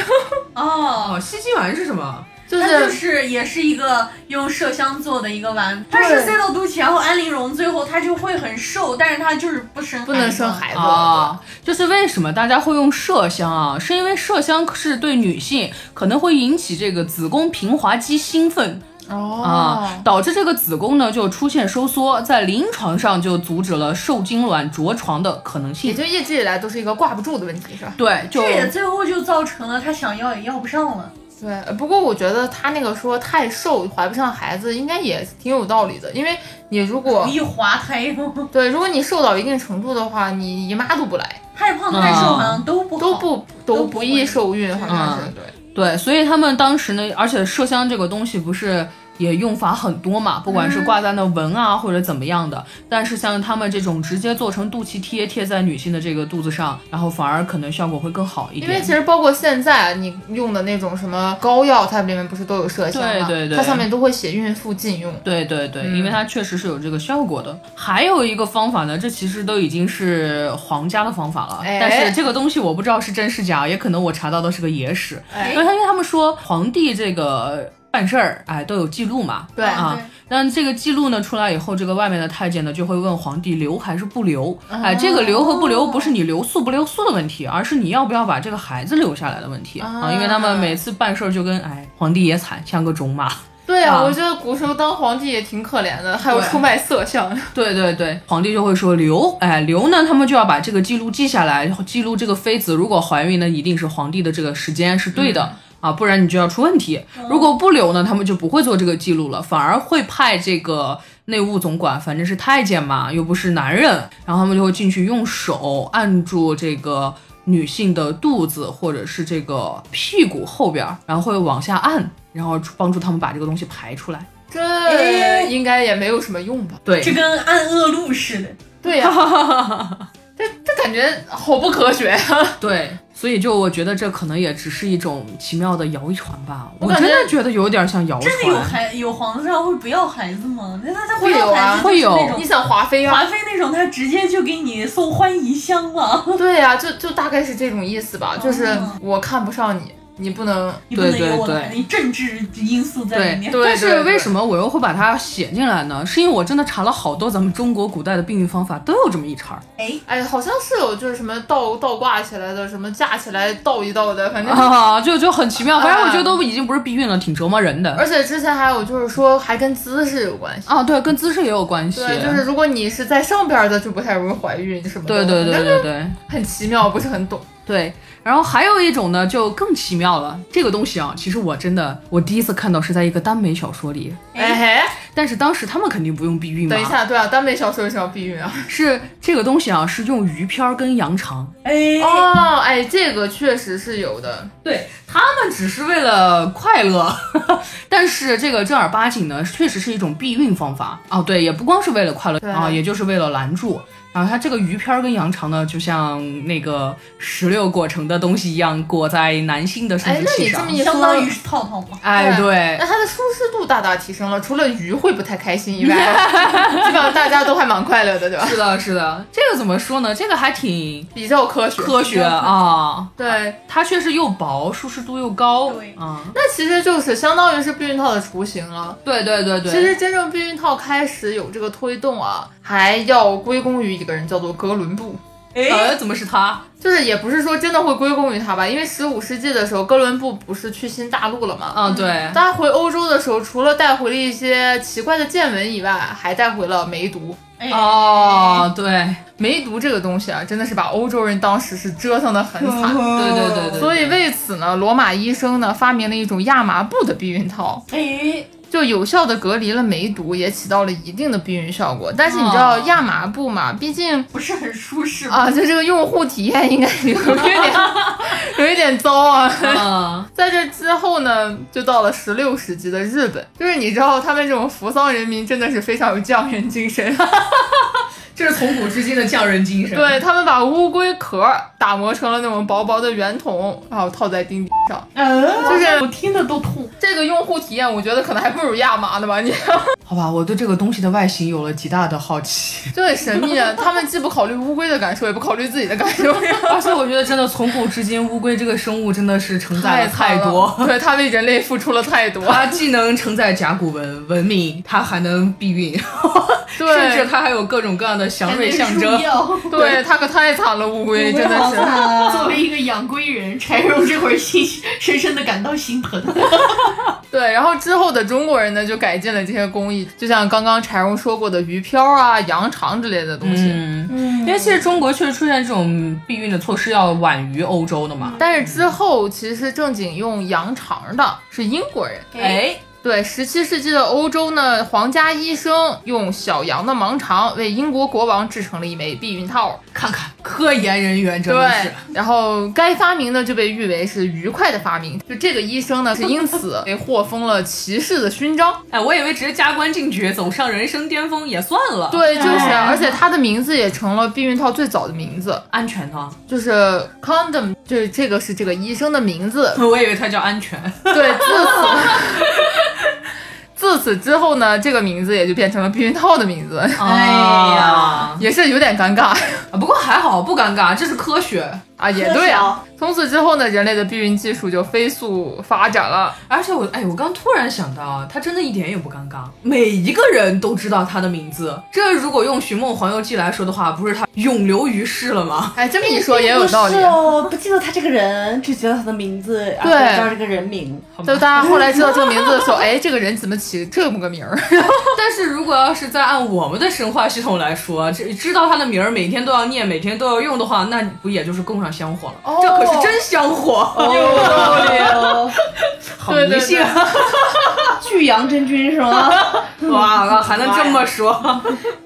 S2: 哦，
S6: 哦，吸鸡丸是什么？
S5: 就
S2: 它就是是也是一个用麝香做的一个丸，它是塞到肚脐，然后安陵容最后她就会很瘦，但是她就是不生
S5: 不能生孩子。
S2: 哦
S6: 啊，就是为什么大家会用麝香啊？是因为麝香是对女性可能会引起这个子宫平滑肌兴奋啊，
S5: 哦，
S6: 导致这个子宫呢就出现收缩，在临床上就阻止了受精卵着床的可能
S5: 也
S6: 性。
S5: 就一直以来都是一个挂不住的问题，是吧？
S6: 对，就
S2: 这也最后就造成了她想要也要不上了。
S5: 对，呃不过我觉得他那个说太瘦怀不上孩子，应该也挺有道理的，因为你如果
S2: 一滑胎，
S5: 对，如果你瘦到一定程度的话，你姨妈都不来，
S2: 太胖太瘦好像都不好
S5: 都不
S2: 都
S5: 都
S2: 不
S5: 不易
S2: 会嗯
S5: 受孕，好像是对。
S6: 对，所以他们当时呢，而且麝香这个东西不是也用法很多嘛，不
S5: 嗯
S6: 管是挂在那纹啊、或者怎么样的，但是像他们这种直接做成肚脐贴贴在女性的这个肚子上，然后反而可能效果会更好一
S5: 因为
S6: 点
S5: 其。实包括现在你用的那种什么膏药，它里面不是都有麝香
S6: 对
S5: 吗？
S6: 对对
S5: 它上面都会写孕妇禁用。
S6: 对对对，因
S5: 嗯
S6: 为它确实是有这个效果的。还有一个方法呢，这其实都已经是皇家的方法了，
S5: 哎
S6: 但是这个东西我不知道是真是假，也可能我查到的是个野史。因
S2: 哎
S6: 为他因为他们说皇帝这个办事儿，哎，都有记录嘛。
S5: 对
S6: 啊
S2: 对，
S6: 但这个记录呢出来以后，这个外面的太监呢就会问皇帝留还是不留？哎，这个留和不留不是你留宿不留宿的问题，而是你要不要把这个孩子留下来的问题啊。因为他们每次办事儿就跟哎皇帝爷惨，像个种马。
S5: 对啊，
S6: 啊
S5: 我觉得古时候当皇帝也挺可怜的，还有
S6: 对
S5: 出卖 色相。
S6: 对对对，皇帝就会说留，哎留呢，他们就要把这个记录记下来，记录这个妃子如果怀孕呢，一定是皇帝的这个时间是对的。啊，不然你就要出问题。如果不留呢，他们就不会做这个记录了，反而会派这个内务总管，反正是太监嘛，又不是男人，然后他们就会进去用手按住这个女性的肚子或者是这个屁股后边儿，然后会往下按，然后帮助他们把这个东西排出来。
S2: 哎
S5: 这应该也没有什么用吧？
S6: 对，
S2: 这跟按恶路似的。
S5: 对 呀、这这感觉好不科学啊呀、
S6: 对，所以就我觉得这可能也只是一种奇妙的谣传吧。我
S5: 感
S6: 真
S5: 觉
S6: 的觉得有点像谣传，
S2: 真的有孩有皇上会不要孩子吗？那他他不
S5: 会有
S2: 要
S5: 啊
S2: 孩子就是
S6: 会有
S2: 那
S5: 你
S2: 种
S5: 想华妃啊？
S2: 华妃那种，他直接就给你送欢宜香了，
S5: 对呀、就就大概是这种意思吧，就是
S2: 哦
S5: 我看不上你，你不能。
S2: 你不能
S6: 对对
S2: 有我的
S6: 对
S2: 孩子，你政治因素在里
S6: 对
S2: 面。
S5: 对
S6: 但是
S5: 对对
S6: 为什么我又会把它写进来呢？是因为我真的查了好多咱们中国古代的避孕方法，都有这么一茬儿。
S5: 哎，好像是有就是什么倒倒挂起来的，什么架起来倒一倒的，反 正。
S6: 啊，就就很奇妙，反正
S5: 啊
S6: 我觉得都已经不是避孕了，挺折磨人的。
S5: 而且之前还有就是说，还跟姿势有关系。
S6: 啊，对，跟姿势也有关系。
S5: 对，就是如果你是在上边的，就不太容易怀孕什么
S6: 对
S5: 的。
S6: 对对
S5: 反正
S6: 对对
S5: 很奇妙，不是很懂。
S6: 对。然后还有一种呢，就更奇妙了。这个东西啊，其实我真的我第一次看到是在一个耽美小说里，
S5: 哎嘿，
S6: 但是当时他们肯定不用避孕嘛。
S5: 等一下，对啊，耽美小说为什么要避孕啊？
S6: 是这个东西啊，是用鱼片儿跟羊肠。
S2: 哎，
S5: 哦，哎，这个确实是有的。
S6: 对他们只是为了快乐， 但是这个正儿八经呢，确实是一种避孕方法哦。对，也不光是为了快乐
S5: 对
S6: 啊、也就是为了拦住。然后它这个鱼片儿跟羊肠呢，就像那个石榴裹成的东西一样，裹在男性的生
S5: 哎，
S6: 殖
S5: 那
S6: 器
S5: 你这
S6: 上
S5: 么。一说，
S2: 相当于是套套嘛。
S6: 哎，对
S5: 那，它的舒适度大大提升了，除了鱼会不太开 心以外，基本上大家都还蛮快乐的，对吧？
S6: 是的，是的，这个怎么说呢？这个还挺
S5: 比较科学，
S6: 科学。啊，
S5: 对，
S6: 它确实又薄，舒适度又高
S2: 对
S6: 啊、
S5: 那其实就是相当于是避孕套的雏形了。
S6: 对对对对，
S5: 其实真正避孕套开始有这个推动啊，还要归功于一个人叫做哥伦布。
S2: 哎
S6: 呃，怎么是它？
S5: 就是也不是说真的会归功于他吧，因为十五世纪的时候，哥伦布不是去新大陆了吗？
S6: 啊、对，
S5: 他回欧洲的时候，除了带回了一些奇怪的见闻以外，还带回了梅毒。
S2: 哎，
S6: 哦，对，
S5: 梅毒这个东西啊，真的是把欧洲人当时是折腾的很惨。
S6: 对对对对，
S5: 所以为此呢，罗马医生呢发明了一种亚麻布的避孕套，
S2: 哎，
S5: 就有效的隔离了梅毒，也起到了一定的避孕效果。但是你知道
S6: 哦
S5: 亚麻布嘛，毕竟
S2: 不是很舒适吧？
S5: 啊，就这个用户体验应该有一点有一点糟啊。
S6: 啊，
S5: 在这之后呢，就到了十六世纪的日本，就是你知道他们这种扶桑人民真的是非常有匠人 精神，
S6: 这是从古至今的匠人精神。
S5: 对他们把乌龟壳打磨成了那种薄薄的圆筒，然后套在钉钉上，
S2: 嗯，
S5: 就是
S2: 我听的都痛。
S5: 这个用户体验，我觉得可能还不如亚麻呢吧，你
S6: 好吧，我对这个东西的外形有了极大的好 奇，
S5: 就很神秘啊。他们既不考虑乌龟的感受，也不考虑自己的感受，
S6: 而且我觉得真的从古至今，乌龟这个生物真的是承载了
S5: 惨
S6: 太
S5: 了
S6: 多。
S5: 对他为人类付出了太多，
S6: 它既能承载甲骨文文明，它还能避孕，甚至
S5: 对。
S6: 它还有各种各样的祥瑞象
S2: 还能
S6: 征
S2: 入。药
S5: 对他可太惨了，乌龟真的
S2: 好
S5: 是。
S2: 惨啊！作为一个养龟人，柴荣这会儿心深深的感到心疼。
S5: 对，然后之后的中国人呢，就改进了这些工艺，就像刚刚柴荣说过的鱼漂啊、羊肠之类的东西。
S6: 嗯，因为其实中国确实出现这种避孕的措施要晚于欧洲的嘛。
S5: 但是之后其实正经用羊肠的是英国人，
S2: 哎，
S5: 对，十七世纪的欧洲呢，皇家医生用小羊的盲肠为英国国王制成了一枚避孕套。
S6: 看看科研人员真的
S5: 对
S6: 是，
S5: 然后该发明呢就被誉为是愉快的发明。就这个医生呢，是 因此被获封了骑士的勋章。
S6: 哎，我以为直接加官进爵，走上人生巅峰也算了。，
S5: 对，就是，
S6: 哦
S3: 哎
S5: 而且他的名字也成了避孕套最早的名字，
S6: 安全套，
S5: 就是 condom，就是这个是这个医生的名字。
S6: 我以为它叫安全。
S5: 对，自此。自此之后呢，这个名字也就变成了避孕套的名字，
S6: 哎呀，
S5: 也是有点尴尬。
S6: 不过还好不尴尬，这是科学。
S5: 啊，也对啊。从此之后呢，人类的避孕技术就飞速发展了。
S6: 而且我哎，我刚突然想到，啊他真的一点也不尴尬，每一个人都知道他的名字。这如果用《寻梦环游记》来说的话，不是他永流于世了吗？
S5: 哎，这么一说也有道理啊
S3: 是。哦，不记得他这个人，只记得他的名字，然后
S5: 对
S3: 不知道这个人名。
S5: 就大家后来知道这个名字的时候，哎，这个人怎么起这么个名儿？
S6: 但是如果要是再按我们的神话系统来说，这知道他的名儿，每天都要念，每天都要用的话，那不也就是供上香火了？这可是真香火，
S3: 哦，
S6: 好迷信啊！
S3: 巨阳真君是吗？
S6: 哇，还能这么 说？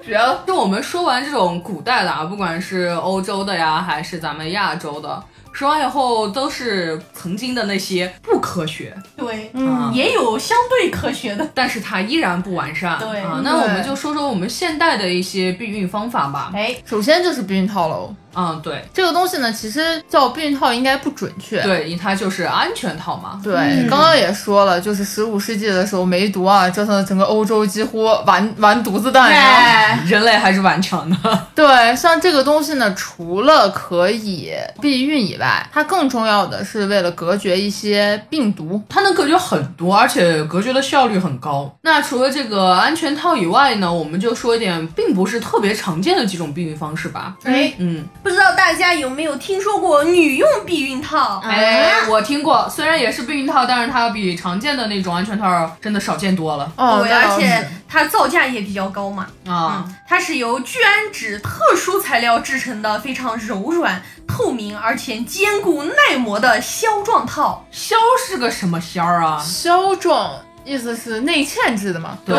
S5: 绝了！
S6: 就我们说完这种古代的啊，不管是欧洲的呀，还是咱们亚洲的，说完以后都是曾经的那些不科学，
S2: 对，
S6: 嗯
S2: 也有相对科学的。
S6: 但是它依然不完善。
S2: 对
S6: 啊，那我们
S5: 对
S6: 就说说我们现代的一些避孕方法吧。
S2: 哎，
S5: 首先就是避孕套喽。
S6: 嗯，对
S5: 这个东西呢，其实叫避孕套应该不准确。
S6: 对，它就是安全套嘛。
S5: 对，刚刚也说了，就是十五世纪的时候，梅毒啊，折腾得整个欧洲几乎完完犊子蛋一样。
S6: 人类还是顽强的。
S5: 对，像这个东西呢，除了可以避孕以外，它更重要的是为了隔绝一些病毒。
S6: 它能隔绝很多，而且隔绝的效率很高。那除了这个安全套以外呢，我们就说一点并不是特别常见的几种避孕方式吧。
S2: 哎，
S6: 嗯，
S2: 不知道大家有没有听说过女用避孕套？
S5: 嗯
S6: 哎，我听过，虽然也是避孕套，但是它比常见的那种安全套真的少见多了
S5: 哦，
S2: 对，
S5: 那倒
S2: 而
S5: 是
S2: 且它造价也比较高嘛。
S6: 啊。
S2: 嗯，它是由聚氨酯特殊材料制成的，非常柔软、透明而且坚固耐磨的胶状套。
S6: 消是个什么消儿啊？
S5: 消肿，意思是内嵌制的嘛？
S6: 对，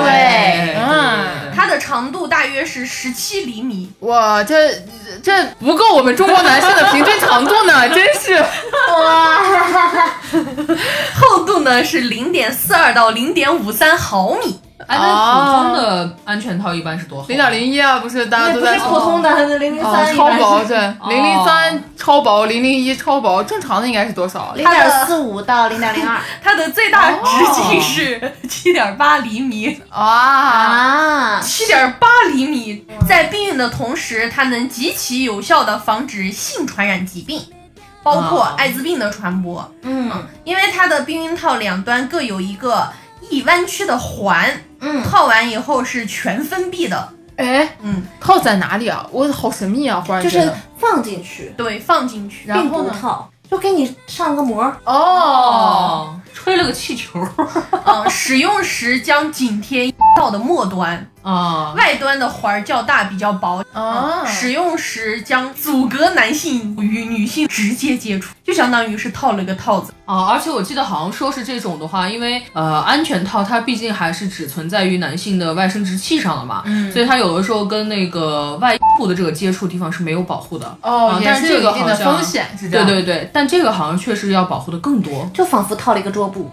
S5: 嗯
S6: 它
S2: 它的长度大约是十七厘米，
S5: 哇，这这不够我们中国男性的平均长度呢，真是。
S2: 厚度呢是零点四二到零点五三毫米。
S6: 哎，那普通的安全套一般是多厚？
S5: 零点零一啊，不是大
S3: 那
S5: 家都
S3: 不
S5: 在
S3: 是普通的零零
S5: 哦
S3: 三，
S5: 超薄，对，零零
S6: 哦
S5: 三超薄，零零一超薄，正常的应该是多少？
S3: 零点四五到零点零二
S2: 它的最大直径是七点八厘米，
S5: 啊，
S3: 啊。
S2: 七点八厘米。在避孕的同时，它能极其有效地防止性传染疾病，包括
S6: 哦
S2: 艾滋病的传播。
S3: 嗯
S2: 因为它的避孕套两端各有一个易弯曲的环，
S3: 嗯，
S2: 套完以后是全封闭的。
S5: 哎，
S2: 嗯，
S5: 套在哪里啊？我好神秘啊，忽然
S3: 就
S5: 觉
S3: 是
S5: 得。
S3: 放进去，
S2: 对，放进去。
S5: 然
S3: 并
S5: 后
S3: 不
S5: 呢
S3: 套，就给你上个膜。
S5: 哦，
S6: 哦，吹了个气球
S2: 嗯，使用时将紧贴套的末 端，
S6: 啊。
S2: 外端的环儿较大，比较薄。
S5: 啊，
S2: 使用时将阻隔男性与女性直接接触，就相当于是套了一个套子。
S6: 啊，而且我记得好像说是这种的话，因为呃，安全套它毕竟还是只存在于男性的外生殖器上的嘛，嗯，所以它有的时候跟那个外部的这个接触地方是没有保护的。
S5: 哦
S6: 啊，
S5: 也
S6: 但
S5: 是
S6: 这
S5: 有
S6: 个
S5: 一定
S6: 好
S5: 的
S6: 像
S5: 风险，是这
S6: 对
S5: 样。
S6: 对对，但这个好像确实要保护的更多，
S3: 就仿佛套了一个桌布，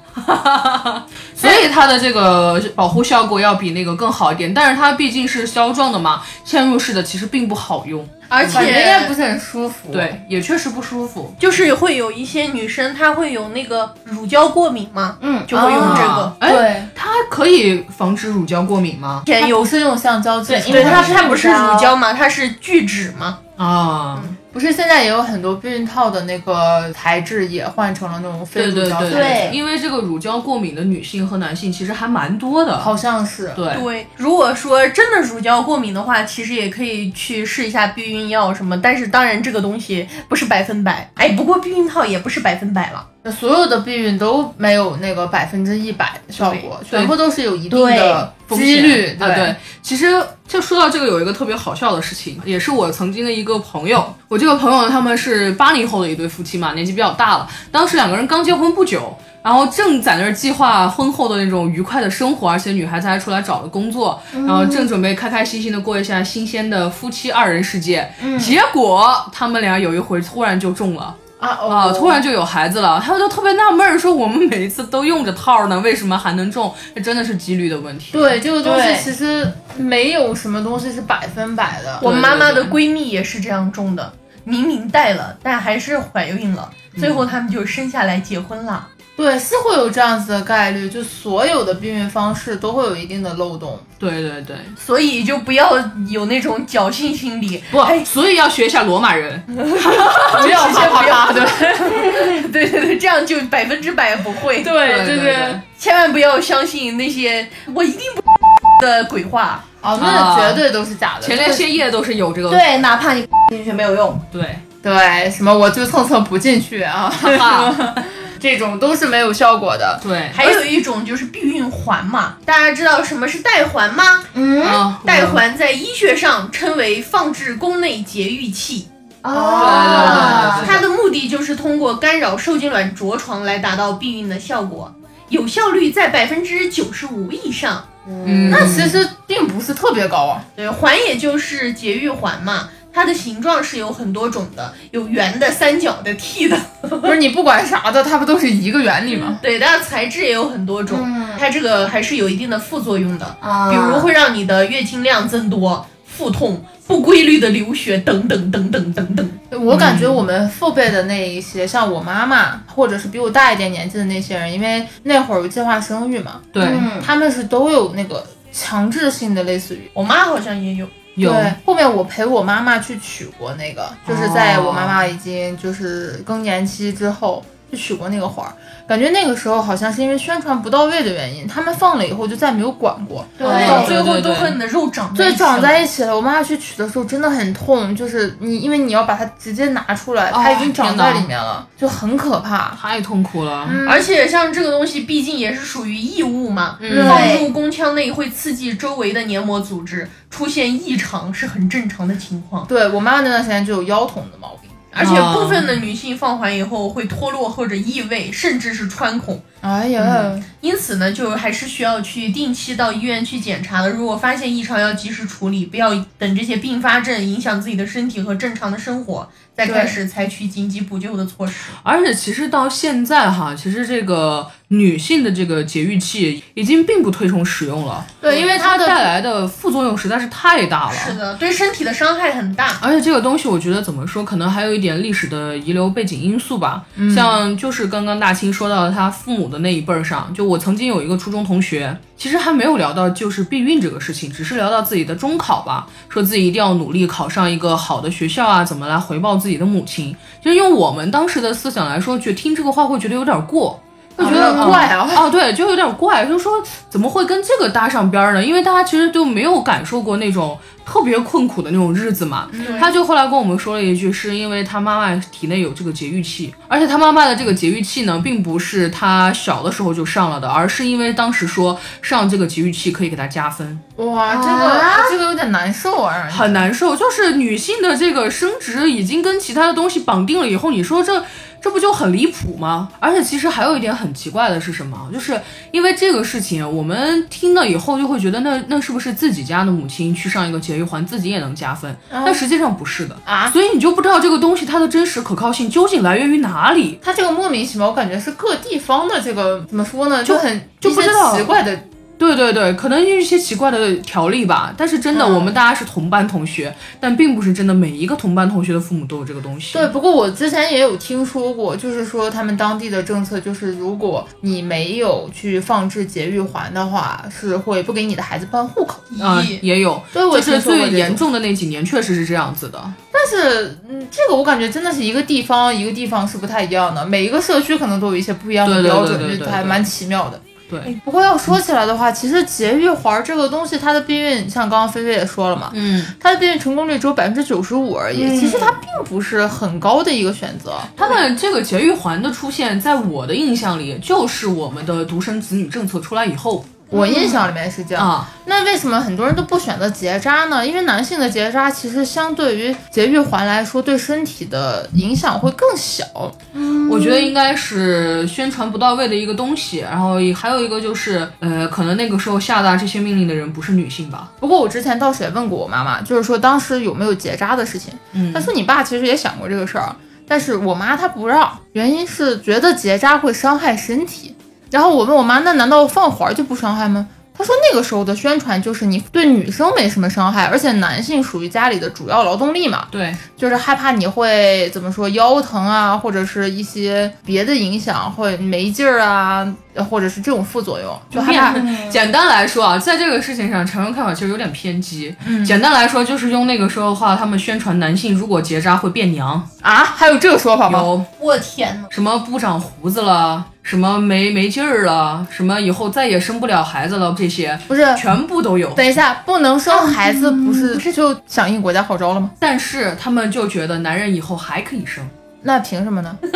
S6: 所以它的这个保护效果要比那个更好一点。但是它毕竟是胶状的嘛，嵌入式的其实并不好用，
S2: 而
S5: 感觉应该不
S2: 且
S5: 是很舒服。，
S6: 对，也确实不舒服。
S2: 就是会有一些女生她会有那个乳胶过敏嘛，
S3: 嗯
S2: 就会用这个
S6: 啊。哎，
S5: 对，
S6: 它可以防止乳胶过敏吗？
S2: 之前
S5: 有
S2: 有
S5: 是用橡胶制成的，
S2: 对，它
S3: 它
S2: 它不是
S3: 是乳
S2: 乳
S3: 胶
S2: 胶嘛，它是聚酯嘛。
S6: 啊，
S5: 不是现在也有很多避孕套的那个材质也换成了那种非
S6: 对
S5: 乳
S6: 对
S5: 胶材
S6: 对
S5: 质，
S3: 对
S6: 因为这个乳胶过敏的女性和男性其实还蛮多的。
S5: 好像是。
S6: 对，
S2: 对，如果说真的乳胶过敏的话，其实也可以去试一下避孕药什么，但是当然这个东西不是百分百。哎，不过避孕套也不是百分百了。
S5: 所有的避孕都没有那个百分之一百的效果，
S6: 对
S5: 全部都是有一定的
S6: 风
S5: 几
S6: 险
S5: 率。
S6: 啊，对，其实这说到这个，有一个特别好笑的事情，也是我曾经的一个朋友。我这个朋友他们是八零后的一对夫妻嘛，年纪比较大了。当时两个人刚结婚不久，然后正在那儿计划婚后的那种愉快的生活，而且女孩子还出来找了工作，然后正准备开开心心的过一下新鲜的夫妻二人世界。结果他们俩有一回突然就中了。
S5: 啊
S6: 啊，突然就有孩子了，他们就特别纳闷儿，说我们每一次都用着套呢，为什么还能中？这真的是几率的问题。
S5: 对这个东西
S3: 对
S5: 其实没有什么东西是百分百的。
S2: 我妈妈
S6: 对
S2: 的闺蜜也是这样中的，明明带了，但还是怀孕了，
S6: 嗯
S2: 最后他们就生下来结婚了。
S5: 对是会有这样子的概率，就所有的避孕方式都会有一定的漏洞。
S6: 对对对，
S2: 所以就不要有那种侥幸心 理，
S6: 不，哎所以要学一下罗马人，
S2: 不要
S6: 啪
S2: 先
S6: 啪
S2: 不要，
S6: 啪，对
S2: 对对对，这样就百分之百不会，
S4: 对
S6: 对
S4: 对，
S2: 千万不要相信那些我一定不的鬼话。
S5: 哦，那
S6: 啊
S5: 绝对都是假的。
S6: 前列腺液都是有这个
S3: 对，哪怕你进去没有用，
S6: 对，
S5: 对什么我就蹭蹭不进去啊，
S6: 哈
S5: 这种都是没有效果的。
S6: 对，啊
S2: 还有一种就是避孕环嘛，大家知道什么是带环吗？
S6: 啊
S2: 带环在医学上称为放置宫内节育器，
S6: 哦 对对对对对
S2: 它的目的就是通过干扰受精卵着床来达到避孕的效果，有效率在百分之九十五以上。
S6: 嗯，
S5: 那其实并不是特别高 啊。
S2: 对，环也就是节育环嘛，它的形状是有很多种的，有圆的、三角的、T 的。
S5: 不是你不管啥的，它不都是一个原理吗？
S2: 对，它的材质也有很多种，
S3: 嗯
S2: 它这个还是有一定的副作用的，
S3: 啊
S2: 比如会让你的月经量增多、腹痛、不规律的流血等等等等等等。
S5: 我感
S2: 嗯
S5: 觉我们父辈的那一些，像我妈妈，或者是比我大一点年纪的那些人，因为那会儿有计划生育嘛，
S6: 对
S3: 嗯
S5: 他们是都有那个强制性的，类似于。
S2: 我妈好像也有，
S6: 有
S5: 对，后面我陪我妈妈去取过那个，就是在我妈妈已经就是更年期之后去取过那个环儿，感觉那个时候好像是因为宣传不到位的原因，他们放了以后就再没有管过，
S6: 对
S2: 到最后
S6: 对对
S2: 都
S6: 对
S2: 和你的肉长
S5: 所
S2: 在一
S5: 以
S2: 起
S5: 长
S2: 了
S5: 在一起了。我妈妈去取的时候真的很痛，就是你因为你要把它直接拿出来，它已经长在哦里面了，就很可怕。
S6: 太痛苦了，
S2: 而且像这个东西，毕竟也是属于异物嘛，
S6: 嗯
S2: 放入宫腔内会刺激周围的黏膜组织，出现异常是很正常的情况。
S5: 对我妈妈那段时间就有腰痛的毛病，
S2: 而且部分的女性放环以后会脱落或者异位，甚至是穿孔。
S5: 哎呀，
S2: 因此呢，就还是需要去定期到医院去检查的。如果发现异常，要及时处理，不要等这些并发症影响自己的身体和正常的生活，再开始采取紧急补救的措施。
S6: 而且其实到现在哈，其实这个女性的这个节育器已经并不推崇使用了，
S5: 对，因为它的
S6: 带来的副作用实在是太大了，
S2: 是的，对身体的伤害很大。
S6: 而且这个东西，我觉得怎么说，可能还有一点历史的遗留背景因素吧。像就是刚刚大清说到的他父母的那一辈儿上，就我曾经有一个初中同学，其实还没有聊到就是避孕这个事情，只是聊到自己的中考吧，说自己一定要努力考上一个好的学校啊，怎么来回报自己的母亲。就是用我们当时的思想来说，觉得听这个话会觉得有点过。就觉
S5: 有
S6: 得
S5: 点怪啊
S6: 嗯哦，对，就有点怪，就说怎么会跟这个搭上边儿呢？因为大家其实就没有感受过那种特别困苦的那种日子嘛。
S5: 嗯
S6: 他就后来跟我们说了一句，是因为他妈妈体内有这个节育器，而且他妈妈的这个节育器呢，并不是他小的时候就上了的，而是因为当时说上这个节育器可以给他加分，
S5: 哇，这个、这个有点难受啊，
S6: 很难受。就是女性的这个生殖已经跟其他的东西绑定了以后，你说这这不就很离谱吗？而且其实还有一点很奇怪的是什么？就是因为这个事情，我们听了以后就会觉得那那是不是自己家的母亲去上一个节育环自己也能加分？但实际上不是的
S5: 嗯啊
S6: 所以你就不知道这个东西它的真实可靠性究竟来源于哪里。
S5: 它这个莫名其妙，我感觉是各地方的这个怎么说呢，
S6: 就
S5: 很
S6: 就不知道
S5: 一些奇怪的。
S6: 对对对，可能有一些奇怪的条例吧，但是真
S5: 嗯
S6: 的，我们大家是同班同学，但并不是真的每一个同班同学的父母都有这个东西。
S5: 对，不过我之前也有听说过，就是说他们当地的政策就是，如果你没有去放置节育环的话，是会不给你的孩子办户口。
S6: 啊、
S2: 咦
S6: 也有，
S5: 对，我
S6: 就
S5: 听
S6: 是
S5: 说过
S6: 最
S5: 这
S6: 严
S5: 种。
S6: 重的那几年，确实是这样子的。
S5: 但是，嗯，这个我感觉真的是一个地方一个地方是不太一样的，每一个社区可能都有一些不一样的
S6: 对对
S5: 标
S6: 对
S5: 准，
S6: 对对
S5: 就
S6: 对
S5: 还
S6: 对
S5: 蛮奇妙的。
S6: 对
S5: 哎，不过要说起来的话，其实节育环儿这个东西，它的避孕，像刚刚菲菲也说了嘛，
S6: 嗯，
S5: 它的避孕成功率只有百分之九十五而已，其实它并不是很高的一个选择。
S6: 他们这个节育环的出现，在我的印象里，就是我们的独生子女政策出来以后，
S5: 我印象里面是这样。
S6: 啊，
S5: 那为什么很多人都不选择结扎呢？因为男性的结扎其实相对于节育环来说，对身体的影响会更小。
S6: 我觉得应该是宣传不到位的一个东西，然后还有一个就是，呃，可能那个时候下达这些命令的人不是女性吧？
S5: 不过我之前倒是也问过我妈妈，就是说当时有没有结扎的事情。
S6: 嗯
S5: 她说你爸其实也想过这个事儿，但是我妈她不让，原因是觉得结扎会伤害身体。然后我问我妈，那难道放环儿就不伤害吗？她说那个时候的宣传就是你对女生没什么伤害，而且男性属于家里的主要劳动力嘛，
S6: 对，
S5: 就是害怕你会怎么说腰疼啊，或者是一些别的影响，会没劲儿啊，或者是这种副作用，就害怕。
S6: 简单来说啊，在这个事情上，陈荣看法其实有点偏激。
S5: 嗯
S6: 简单来说，就是用那个时候的话，他们宣传男性如果结扎会变娘，
S5: 啊，还有这个说法吗？
S6: 有
S3: 哦我天呐，
S6: 什么不长胡子了，什么没没劲儿了，什么以后再也生不了孩子了，这些
S5: 不是，
S6: 全部都有。
S5: 等一下，不能
S6: 哦
S5: 生孩子不
S6: 嗯
S5: 是这就响应国家号召了吗？
S6: 但是他们就觉得男人以后还可以生，
S5: 那凭什么呢？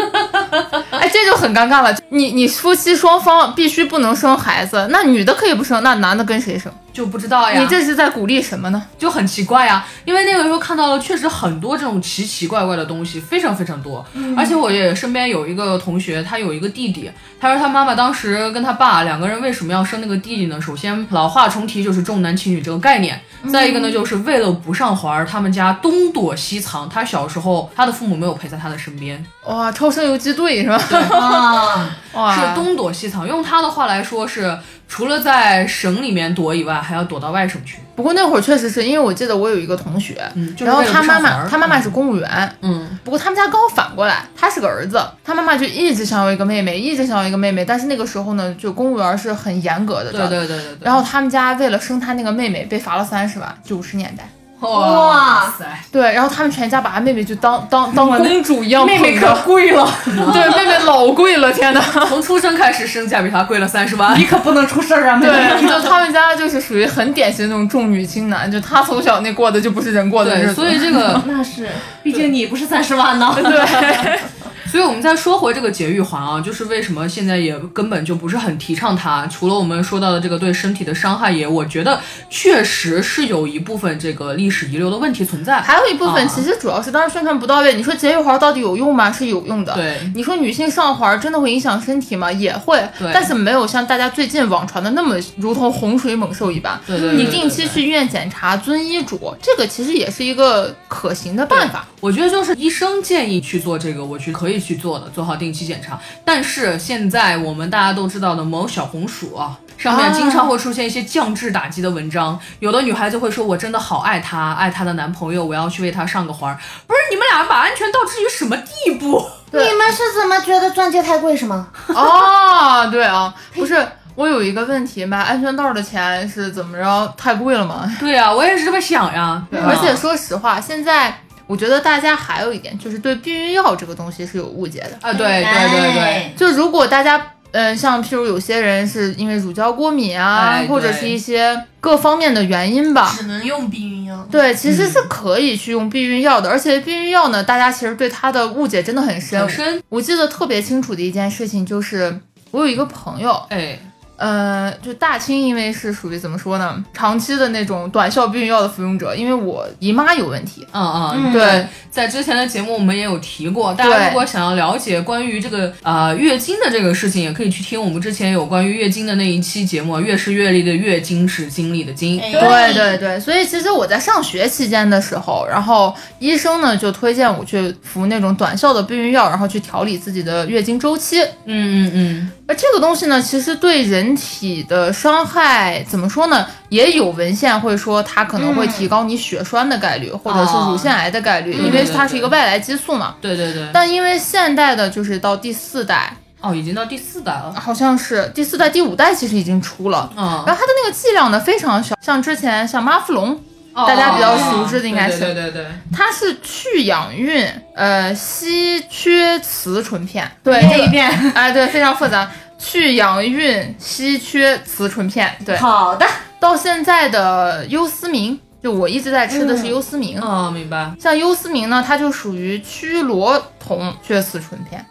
S5: 哎，这就很尴尬了。你你夫妻双方必须不能生孩子，那女的可以不生，那男的跟谁生？
S6: 就不知哎道呀。
S5: 你这是在鼓励什么呢？
S6: 就很奇怪呀、因为那个时候看到了确实很多这种奇奇怪怪的东西，非常非常多。而且我也身边有一个同学，他有一个弟弟，他说他妈妈当时跟他爸两个人为什么要生那个弟弟呢？首先老话重提就是重男轻女这个概念，再一个呢就是为了不上环儿，他们家东躲西藏。他小时候他的父母没有陪在他的身边，
S5: 哇，超生游击队是吧？
S3: 啊，
S5: 哇，
S6: 是东躲西藏。用他的话来说是，除了在省里面躲以外，还要躲到外省去。
S5: 不过那会儿确实是因为我记得我有一个同学，
S6: 嗯就是
S5: 然后
S6: 为了
S5: 他
S6: 不
S5: 妈
S6: 上环
S5: 妈
S6: 儿
S5: 他妈妈是公务员，
S6: 嗯，
S5: 不过他们家刚好反过来，他是个儿子，他妈妈就一直想要一个妹妹，一直想要一个妹妹，但是那个时候呢，就公务员是很严格的，
S6: 对对对对对。
S5: 然后他们家为了生他那个妹妹被罚了三十万，九十年代。
S6: 哇塞！
S5: 对，然后他们全家把他妹妹就当当当 公主一样
S6: 妹妹
S5: 捧
S6: 可
S5: 着
S6: 贵 了，
S5: 对，妹妹老贵 了，天哪！
S6: 从出生开始身价比他贵了三十万
S4: 你。可不能出事儿啊！妹妹
S5: 对，就他们家就是属于很典型的那种重女轻男，就他从小那过的就不是人过的日
S6: 对，
S5: 子。
S6: 所以这个，
S3: 那是
S4: 毕竟你不是三十万呢。
S5: 对，
S6: 所以我们再说回这个节育环啊，就是为什么现在也根本就不是很提倡它。除了我们说到的这个对身体的伤害也，我觉得确实是有一部分这个历史遗留的问题存在。
S5: 还有一部分
S6: 啊
S5: 其实主要是当时宣传不到位。你说节育环到底有用吗？是有用的。。
S6: 对，
S5: 你说女性上环真的会影响身体吗？也会
S6: 对，
S5: 但是没有像大家最近网传的那么如同洪水猛兽一般。
S6: 对对对
S5: 你定期去医院检查，遵医嘱，这个其实也是一个可行的办法。
S6: 我觉得就是医生建议去做这个，我去可以去做的，做好定期检查。但是现在我们大家都知道的某小红书啊，上面经常会出现一些降智打击的文章，有的女孩子会说：“我真的好爱他，爱他的男朋友，我要去为他上个环儿。”不是你们俩把安全倒置于什么地步？
S5: 对
S3: 你们是怎么觉得钻戒太贵是吗？
S5: 哦，对啊，不是，我有一个问题，买安全套的钱是怎么着？太贵了吗？
S6: 对呀、我也是这么想啊 呀。
S5: 而且说实话，现在我觉得大家还有一点就是对避孕药这个东西是有误解的。
S6: 啊，对对对对，
S5: 就如果大家，嗯、像譬如有些人是因为乳胶过敏啊，
S6: 哎
S5: 或者
S6: 对
S5: 是一些各方面的原因吧，
S3: 只能用避孕药。嗯
S5: 对，其实是可以去用避孕药的，而且避孕药呢，大家其实对它的误解真的很深。
S6: 本身
S5: 我记得特别清楚的一件事情就是，我有一个朋友，
S6: 哎，
S5: 呃，就大清因为是属于怎么说呢，长期的那种短效避孕药的服用者，因为我姨妈有问题，
S6: 嗯嗯，
S3: 嗯
S5: 对，
S6: 在之前的节目我们也有提过，大家
S5: 对
S6: 如果想要了解关于这个呃月经的这个事情，也可以去听我们之前有关于月经的那一期节目，月是阅历的月，经是经历的经。
S3: 哎
S5: 对对对，所以其实我在上学期间的时候，然后医生呢就推荐我去服那种短效的避孕药，然后去调理自己的月经周期。
S6: 嗯嗯嗯，
S5: 而这个东西呢，其实对人体的伤害怎么说呢？也有文献会说它可能会提高你血栓的概率，或者是乳腺癌的概率，因为它是一个外来激素嘛。
S6: 对对对。
S5: 但因为现代的就是到第四代，
S6: 哦，已经到第四代了。
S5: 好像是第四代、第五代其实已经出了，
S6: 嗯，
S5: 然后它的那个剂量呢非常小，像之前像妈芙龙，
S6: 哦
S5: 大家比较熟知的应该是
S6: 对对对对对
S5: 它是去氧孕呃稀缺雌醇片，对
S3: 这一遍
S5: 哎，对，非常复杂。去氧孕稀缺雌醇片，对，
S3: 好的，
S5: 到现在的优思明，就我一直在吃的是优思明。
S6: 嗯，明白。
S5: 像优思明呢，它就属于曲螺酮缺雌醇片，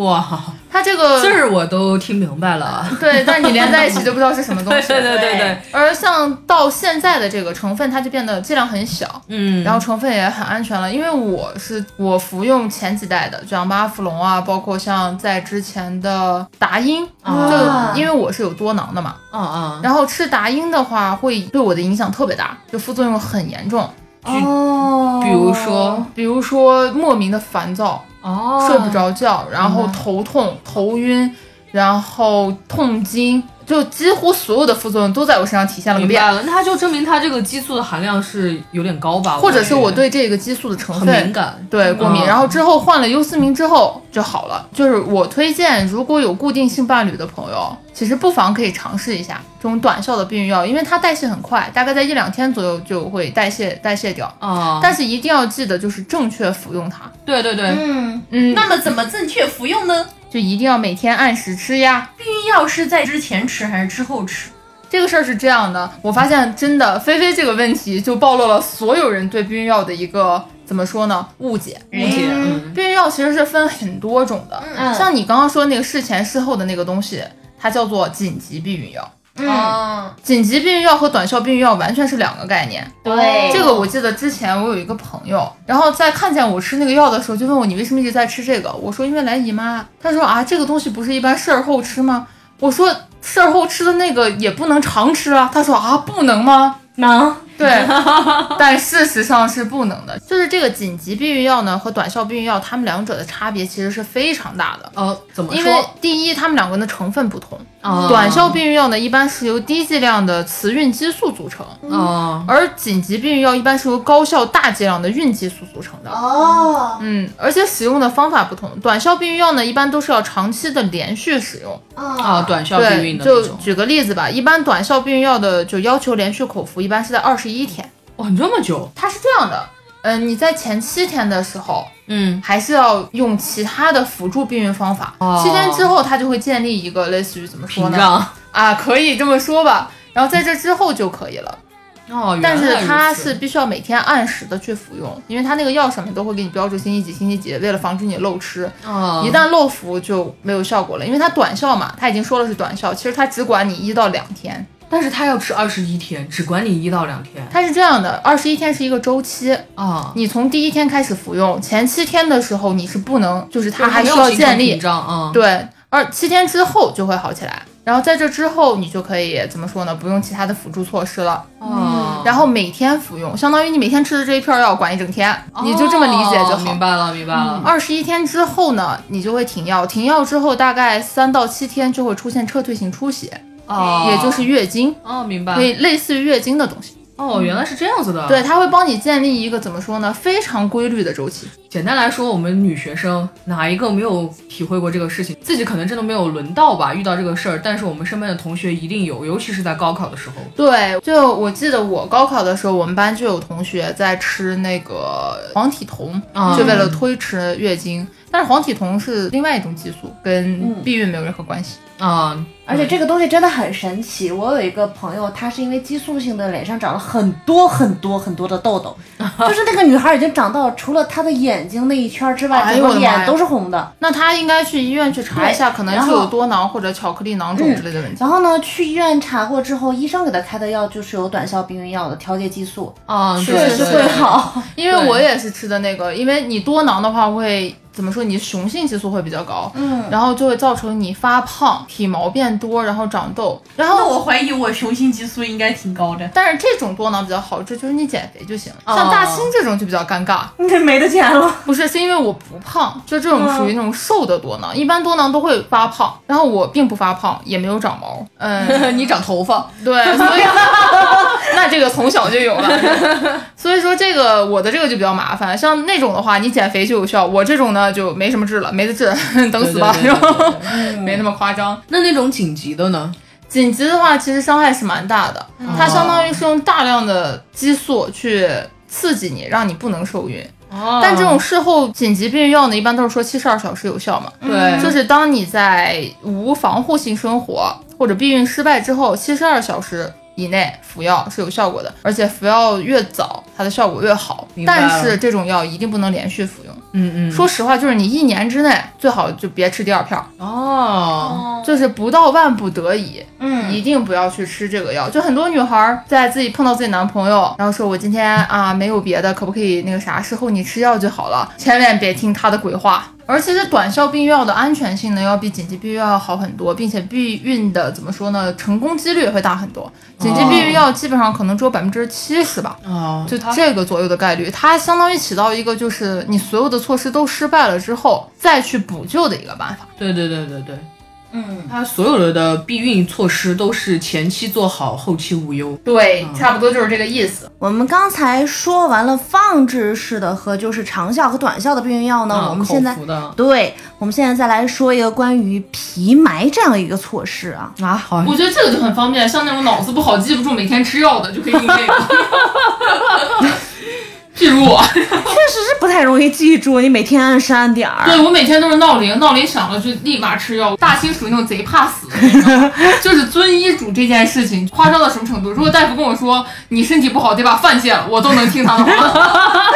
S6: 哇，
S5: 它这个
S6: 字儿我都听明白了。
S5: 对，但你连在一起就不知道是什么东
S6: 对
S5: 西。
S6: 对对对对，
S5: 而像到现在的这个成分，它就变得剂量很小，
S6: 嗯，
S5: 然后成分也很安全了。因为我是我服用前几代的，就像巴芙龙啊，包括像在之前的达英，
S3: 啊
S5: 就因为我是有多囊的嘛，
S6: 啊啊，
S5: 然后吃达英的话，会对我的影响特别大，就副作用很严重。
S3: 哦，
S6: 比如说
S5: 比如说莫名的烦躁，
S6: 哦嗯
S5: 睡不，着觉，然后头痛、头晕，然后痛经，就几乎所有的副作用都在我身上体现了个
S6: 明
S5: 遍
S6: 白。了，那它就证明它这个激素的含量是有点高吧？
S5: 或者是我
S6: 感觉
S5: 对这个激素的成
S6: 很敏
S5: 分
S6: 感，
S5: 对过敏，
S6: 嗯
S5: 然后之后换了优思明之后就好了。就是我推荐，如果有固定性伴侣的朋友，其实不妨可以尝试一下这种短效的避孕药，因为它代谢很快，大概在一两天左右就会代谢代谢掉。
S6: 啊，
S5: 但是一定要记得，就是正确服用它，
S6: 对对对，
S3: 嗯，
S5: 嗯，
S2: 那么怎么正确服用呢？
S5: 就一定要每天按时吃呀。
S2: 避孕药是在之前吃还是之后吃？
S5: 这个事儿是这样的，我发现真的菲菲这个问题就暴露了所有人对避孕药的一个怎么说呢误解。
S6: 理解，嗯，
S5: 避孕药其实是分很多种的，
S3: 嗯
S5: 像你刚刚说那个事前事后的那个东西，它叫做紧急避孕药。
S3: 嗯，
S2: 啊，
S5: 紧急避孕药和短效避孕药完全是两个概念。
S3: 对，
S5: 这个我记得之前我有一个朋友，然后在看见我吃那个药的时候，就问我你为什么一直在吃这个？我说因为来姨妈。他说啊，这个东西不是一般事儿后吃吗？我说事儿后吃的那个也不能常吃啊。他说啊，不能吗？
S3: 能，
S5: 对，但事实上是不能的。就是这个紧急避孕药呢和短效避孕药，它们两者的差别其实是非常大的。
S6: 呃，怎么
S5: 因为
S6: 说？
S5: 第一，它们两个的成分不同。
S6: 啊
S5: 短效避孕药呢，一般是由低剂量的雌孕激素组成，
S6: 啊，
S5: 而紧急避孕药一般是由高效大剂量的孕激素组成的。
S3: 哦，
S5: 嗯，而且使用的方法不同。短效避孕药呢，一般都是要长期的连续使用。
S6: 啊，
S3: 啊，
S6: 短效避
S5: 对，
S6: 孕的那
S5: 就
S6: 种。
S5: 举个例子吧，一般短效避孕药的就要求连续口服，一般是在二十一天。
S6: 哇，你这么久？
S5: 它是这样的，嗯、你在前七天的时候
S6: 嗯，
S5: 还是要用其他的辅助避孕方法，
S6: 哦
S5: 七天之后它就会建立一个类似于怎么说
S6: 屏
S5: 呢？
S6: 障。
S5: 啊，可以这么说吧。然后在这之后就可以了，
S6: 哦，原来
S5: 但是它
S6: 如此
S5: 是必须要每天按时的去服用，因为它那个药上面都会给你标注星期几、星期几，为了防止你漏吃。
S6: 哦
S5: 一旦漏服就没有效果了，因为它短效嘛，它已经说了是短效，其实它只管你一到两天。
S6: 但是他要吃二十一天，只管你一到两天
S5: 它是这样的，二十一天是一个周期，
S6: 啊。
S5: 你从第一天开始服用，前七天的时候你是不能，就是它还
S6: 没
S5: 需
S6: 有
S5: 要
S6: 形成
S5: 建
S6: 屏
S5: 立，
S6: 障啊。
S5: 对，而七天之后就会好起来。然后在这之后，你就可以怎么说呢？不用其他的辅助措施了，
S6: 哦，
S5: 嗯然后每天服用，相当于你每天吃的这一片药管一整天，
S6: 哦
S5: 你就这么理解就好嗯
S6: 明。白了，明白了。
S5: 二十一天之后呢，你就会停药，停药之后大概三到七天就会出现撤退性出血，
S6: 哦，
S5: 也就是月经，
S6: 哦，明白
S5: 所。以类似于月经的东西。
S6: 哦，原来是这样子的。
S5: 对，，它会帮你建立一个怎么说呢？非常规律的周期。
S6: 简单来说，我们女学生哪一个没有体会过这个事情？自己可能真的没有轮到吧，遇到这个事儿，但是我们身边的同学一定有，尤其是在高考的时候。
S5: 对，就我记得我高考的时候，我们班就有同学在吃那个黄体酮，
S6: 嗯
S5: 就为了推迟月经。但是黄体酮是另外一种激素，跟
S3: 嗯
S5: 避孕没有任何关系。
S6: 啊，
S3: 而且这个东西真的很神奇。我有一个朋友，她是因为激素性的脸上长了很多很多很多的痘 痘，就是那个女孩已经长到除了她的眼睛那一圈之外，
S5: 哎
S3: 整
S5: 呦我的
S3: 个
S5: 妈呀
S3: 脸都是红的。
S5: 那他应该去医院去查一下，可能
S3: 然
S5: 是
S3: 后嗯
S5: 有多囊或者巧克力囊肿之类的问题。
S3: 然后呢，去医院查过之后，医生给她开的药就是有短效避孕药的调节激素，
S6: 啊，
S5: 是
S6: 对
S3: 确
S5: 是
S3: 实
S5: 是
S3: 会好。
S5: 因为我也是吃的那个，因为你多囊的话会怎么说？你雄性激素会比较高，
S3: 嗯，
S5: 然后就会造成你发胖、体毛变多，然后长痘。然
S2: 那
S3: 哦
S5: 后
S2: 我怀疑我雄性激素应该挺高的。
S5: 但是这种多囊比较好治，就是你减肥就行
S3: 哦
S5: 了。像大兴这种就比较尴尬，
S3: 你这没得钱了。
S5: 不是，是因为我不胖，就这种
S3: 嗯
S5: 属于那种瘦的多囊，一般多囊都会发胖，然后我并不发胖，也没有长毛，嗯，
S6: 你长头发，
S5: 对，所以那这个从小就有了，所以说这个我的这个就比较麻烦，像那种的话，你减肥就有效，我这种呢就没什么治了，没得治， 等死吧，
S6: 对
S5: 然
S6: 对对对
S5: 后
S6: 对
S5: 没那么夸张。
S6: 那那种紧急的呢？
S5: 紧急的话，其实伤害是蛮大的，它
S6: 哦
S5: 相当于是用大量的激素去刺激你，让你不能受孕。
S6: 哦
S5: 但这种事后紧急避孕药呢，一般都是说七十二小时有效嘛，
S6: 对，
S5: 就是当你在无防护性生活或者避孕失败之后，七十二小时以内服药是有效果的，而且服药越早，它的效果越好
S6: 明。白了
S5: 但是这种药一定不能连续服用，嗯嗯，说实话，就是你一年之内最好就别吃第二片儿，
S6: 哦，
S5: 就是不到万不得已，
S3: 嗯
S5: 一定不要去吃这个药。就很多女孩儿在自己碰到自己男朋友，然后说我今天啊没有别的，可不可以那个啥，事后你吃药就好了，千万别听他的鬼话。而其实短效避孕药的安全性呢，要比紧急避孕药要好很多，并且避孕的怎么说呢，成功几率也会大很多。紧急避孕药基本上可能只有百分之七十吧，
S6: 哦，
S5: 就这个左右的概率，它相当于起到一个就是你所有的措施都失败了之后再去补救的一个办法。
S6: 对对对对对，
S3: 嗯，
S6: 它所有的避孕措施都是前期做好，后期无忧。
S5: 对，差不多就是这个意思。
S3: 我们刚才说完了放置式的和就是长效和短效的避孕药呢，
S6: 啊
S3: 我们现在
S6: 口服的
S3: 对，我们现在再来说一个关于皮埋这样一个措施啊，
S6: 啊，好
S4: 我觉得这个就很方便，像那种脑子不好、记不住每天吃药的，就可以用这个。 譬如我，
S3: 确实是不太容易记住，你每天按时按点儿。
S4: 对我每天都是闹铃，闹铃响了就立马吃药。大兴属于那种贼怕死的那种，就是遵医嘱这件事情夸张到什么程度？如果大夫跟我说你身体不好得把饭戒了，我都能听他的话。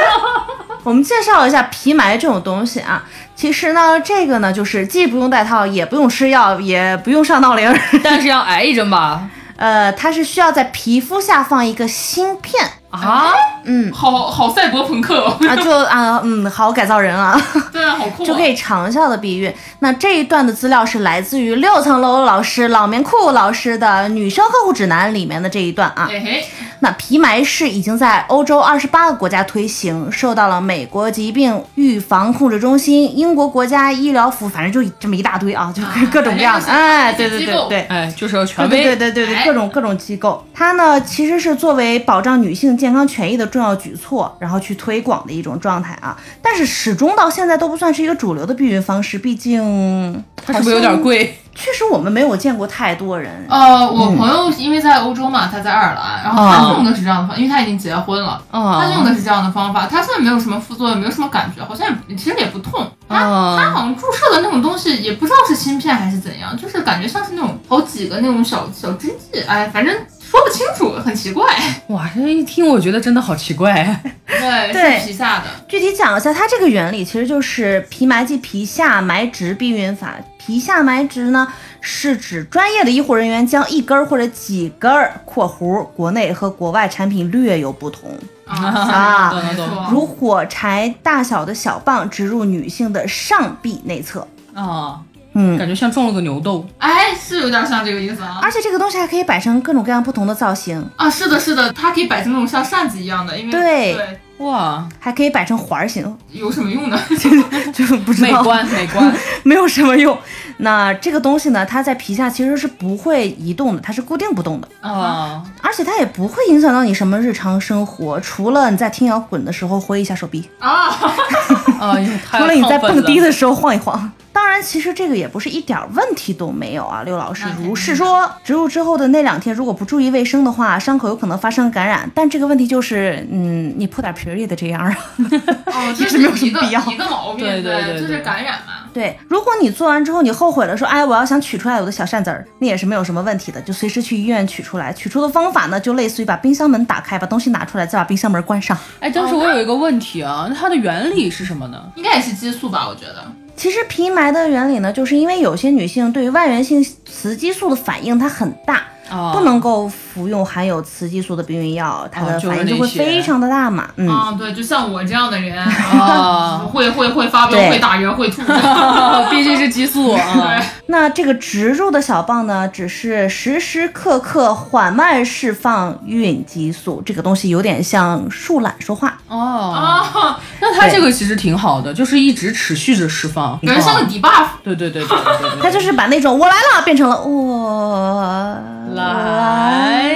S3: 我们介绍一下皮埋这种东西啊，其实呢，这个呢就是既不用戴套，也不用吃药，也不用上闹铃儿，
S6: 但是要挨一针吧？
S3: 呃，它是需要在皮肤下放一个芯片。
S6: 啊，
S3: 嗯
S4: 好好赛博朋克、哦，
S3: 啊，就啊，嗯，好改造人啊，
S4: 对啊，好酷、啊，
S3: 就可以长效的避孕。那这一段的资料是来自于六层楼老师老棉裤老师的《女生呵护指南》里面的这一段啊。
S4: 哎嘿，
S3: 那皮埋式已经在欧洲二十八个国家推行，受到了美国疾病预防控制中心、英国国家医疗服，反正就这么一大堆啊，就各种各样的。
S4: 反正就是
S3: 哎，对对
S4: 机
S3: 对
S4: 构
S3: 对。
S6: 哎，就是要权
S3: 对对
S6: 威。
S3: 对对对，
S4: 哎
S3: 各种各种机构，它呢其实是作为保障女性健康权益的重要举措，然后去推广的一种状态啊。但是始终到现在都不算是一个主流的避孕方式，毕竟
S6: 它是不是有点？贵？啊
S3: 确实，我们没有见过太多人。
S4: 呃，我朋友因为在欧洲嘛，他在爱尔兰，然后他
S6: 哦
S4: 用的是这样的方，因为他已经结婚了，他用
S6: 啊
S4: 的是这样的方法，他现在没有什么副作用，没有什么感觉，好像也其实也不痛。他他
S6: 啊，
S4: 好像注射的那种东西，也不知道是芯片还是怎样，就是感觉像是那种好几个那种小小针剂，哎，反正说不清楚，很奇怪。
S6: 哇，这一听我觉得真的好奇怪。
S4: 对，
S3: 对
S4: 是皮下的。
S3: 具体讲一下，它这个原理其实就是皮埋即皮下埋植避孕法。皮下埋植呢，是指专业的医护人员将一根儿或者几根儿（括弧国内和国外产品略有不同）啊
S6: 懂了
S4: 没
S6: 懂了
S4: 错
S3: 如火柴大小的小棒植入女性的上臂内侧。
S6: 啊，
S3: 嗯，
S6: 感觉像中了个牛痘。
S4: 哎，是有点像这个意思啊
S3: 而。且这个东西还可以摆成各种各样不同的造型，
S4: 啊，是的，是的，它可以摆成那种像扇子一样的，因为
S3: 对
S6: 哇，
S3: 还可以摆成环儿形，
S4: 有什么用呢？
S3: 就是不知
S6: 美
S3: 道
S6: 观美观。
S3: 没有什么用。那这个东西呢，它在皮下其实是不会移动的，它是固定不动的。
S6: 啊，
S3: 而且它也不会影响到你什么日常生活，除了你在听摇滚的时候挥一下手臂，
S4: 啊，
S6: 啊，因为太
S3: 除了你在蹦
S6: 亢
S3: 迪
S6: 奋了
S3: 的时候晃一晃。当然，其实这个也不是一点儿问题都没有啊，刘老师
S4: 那。肯定
S3: 如是说，植入之后的那两天，如果不注意卫生的话，伤口有可能发生感染。但这个问题就是，嗯，你铺点皮儿也得这样啊。
S4: 哦，这
S3: 实没有什
S4: 一
S3: 么
S4: 个
S3: 必要
S4: 一个毛病，
S6: 对对对对
S4: 就是感染嘛。
S3: 对，如果你做完之后你后悔了，说哎，我要想取出来我的小扇子儿，那也是没有什么问题的，就随时去医院取出来。取出的方法呢，就类似于把冰箱门打开，把东西拿出来，再把冰箱门关上。
S6: 哎，但是我有一个问题啊，那它的原理是什么呢？
S4: 应该也是激素吧，我觉得。
S3: 其实皮埋的原理呢，就是因为有些女性对于外源性雌激素的反应它很大，
S6: 啊，
S3: 不能够服用含有雌激素的避孕药，它的
S6: 哦就是
S3: 反应就
S6: 那
S3: 会
S6: 些哦
S3: 非常的大嘛。嗯，
S4: 啊，对，就像我这样的人，
S6: 啊，
S4: 会会会发飙，
S3: 对
S4: 会打人，会吐。
S6: 毕竟是激素啊。
S3: 那这个植入的小棒呢，只是时时刻刻缓慢释放孕激素，这个东西有点像树懒说话。
S6: 哦，
S4: 啊，
S6: 那它这个其实挺好的，就是一直持续着释放。
S4: 感觉像个 debuff。
S6: 对对对对对对对，
S3: 它就是把那种我来了变成了我
S6: 来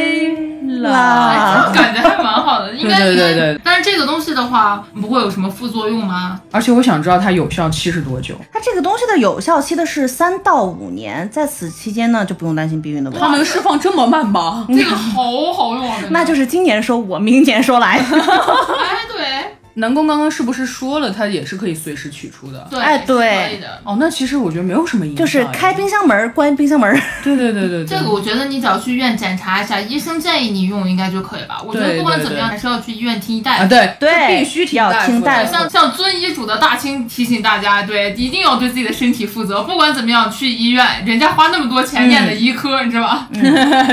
S3: 来
S6: 来。
S3: 啊
S4: 哎，这感觉还蛮好的，应该
S6: 对对对
S4: 应该
S6: 对
S4: 但是这个东西的话，不会有什么副作用 吗？
S6: 而且我想知道它有效期是多久。
S3: 它这个东西的有效期的是三到五年，在此期间呢就不用担心避孕的问
S6: 它
S3: 题。
S6: 能释放这么慢吗？
S4: 这个好好用啊，真的
S3: 那就是今年说我，明年说来。
S4: 哎，对，
S6: 南宫刚刚是不是说了，它也是可以随时取出的？
S7: 对，
S3: 哎对
S7: 是可以的。
S6: 哦，那其实我觉得没有什么影响，
S3: 就是开冰箱门儿关冰箱门儿，
S6: 对对对对对，
S7: 这个我觉得你只要去医院检查一下，医生建议你用应该就可以吧。我觉得
S6: 对
S7: 不管
S6: 对
S7: 怎么样，
S6: 对
S7: 还是要去医院听大
S6: 啊
S7: 夫。
S6: 对
S3: 对
S6: 必须听
S3: 要
S6: 大夫
S3: 听
S6: 的
S3: 大夫
S7: 像像遵医嘱的大清提醒大家，对，一定要对自己的身体负责。不管怎么样，去医院，人家花那么多钱念的医科，你知道吧？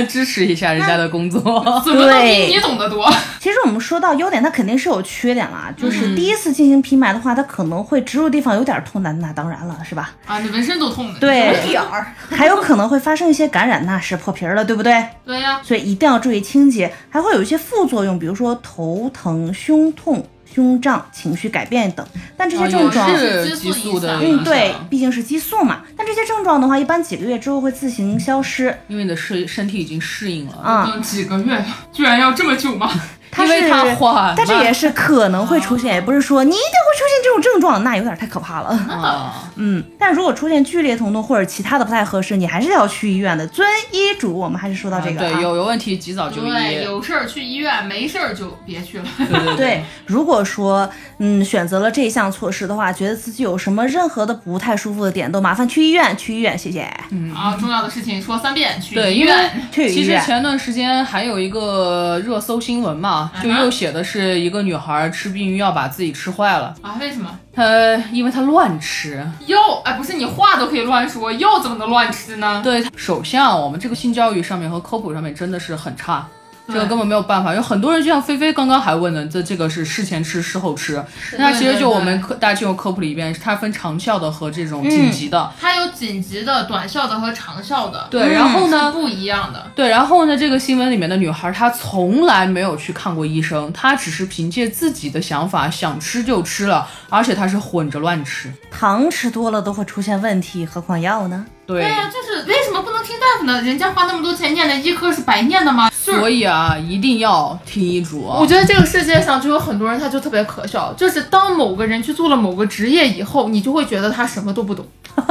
S6: 支持一下人家的工作。
S7: 怎么能
S3: 对
S7: 比你懂得多？
S3: 其实我们说到优点，它肯定是有缺点啦。就是第一次进行皮埋的话，它可能会植入地方有点痛，那那当然了，是吧？
S7: 啊，你纹身都痛呢。
S3: 对，
S2: 点儿，
S3: 还有可能会发生一些感染，那是破皮儿了，对不对？
S7: 对呀、
S3: 所以一定要注意清洁，还会有一些副作用，比如说头疼、胸痛、胸胀、情绪改变等。但这些症状，
S7: 哦也
S6: 是激素的影响，
S3: 嗯，对，毕竟是激素嘛。但这些症状的话，一般几个月之后会自行消失
S6: 因为你的身身体已经适应了，
S3: 啊、
S7: 嗯，几个月呀，居然要这么久吗？
S3: 它
S6: 因为
S3: 是，
S6: 它哦化，
S3: 但这也是可能会出现，也不是说你一定会出现这种症状，那有点太可怕了。
S6: 啊，
S3: 嗯，但如果出现剧烈疼痛或者其他的不太合适，你还是要去医院的。遵医嘱，我们还是说到这个、啊
S6: 对，有有问题及早就医，
S7: 对，有事儿去医院，没事儿就别去了。
S6: 对对
S3: 对，如果说嗯选择了这项措施的话，觉得自己有什么任何的不太舒服的点，都麻烦去医院，去医院，谢谢。
S7: 啊，重要的事情说三遍，去
S6: 对
S7: 医
S6: 因为
S7: 院。
S3: 去
S6: 嗯
S3: 医
S6: 其实
S3: 院。
S6: 前段时间还有一个热搜新闻嘛，就又写的是一个女孩吃避孕药把自己吃坏了，
S7: 啊，为什么
S6: 她因为她乱吃。
S7: 药？哎，不是你话都可以乱说，药怎么能乱吃
S5: 嗯
S7: 呢？
S6: 对，首先啊，我们这个性教育上面和科普上面真的是很差。这个
S7: 对
S6: 根本没有办法，有很多人就像菲菲刚刚还问呢，这这个是事前吃事后吃，那它其实就我们科大家去用科普了一遍，它分长效的和这种紧急的，
S7: 它有紧急的、短效的和长效的，嗯
S6: 对，然后呢，
S7: 是不一样的。
S6: 对，然后呢，这个新闻里面的女孩她从来没有去看过医生，她只是凭借自己的想法想吃就吃了，而且她是混着乱吃。
S3: 糖吃多了都会出现问题，何况 药呢？
S6: 对
S7: 对呀、就是为什么不能听大夫呢？人家花那么多钱念的医科是白念的吗？就是
S6: 所以啊，一定要听医嘱。啊
S5: 我觉得这个世界上就有很多人，他就特别可笑，就是当某个人去做了某个职业以后，你就会觉得他什么都不懂。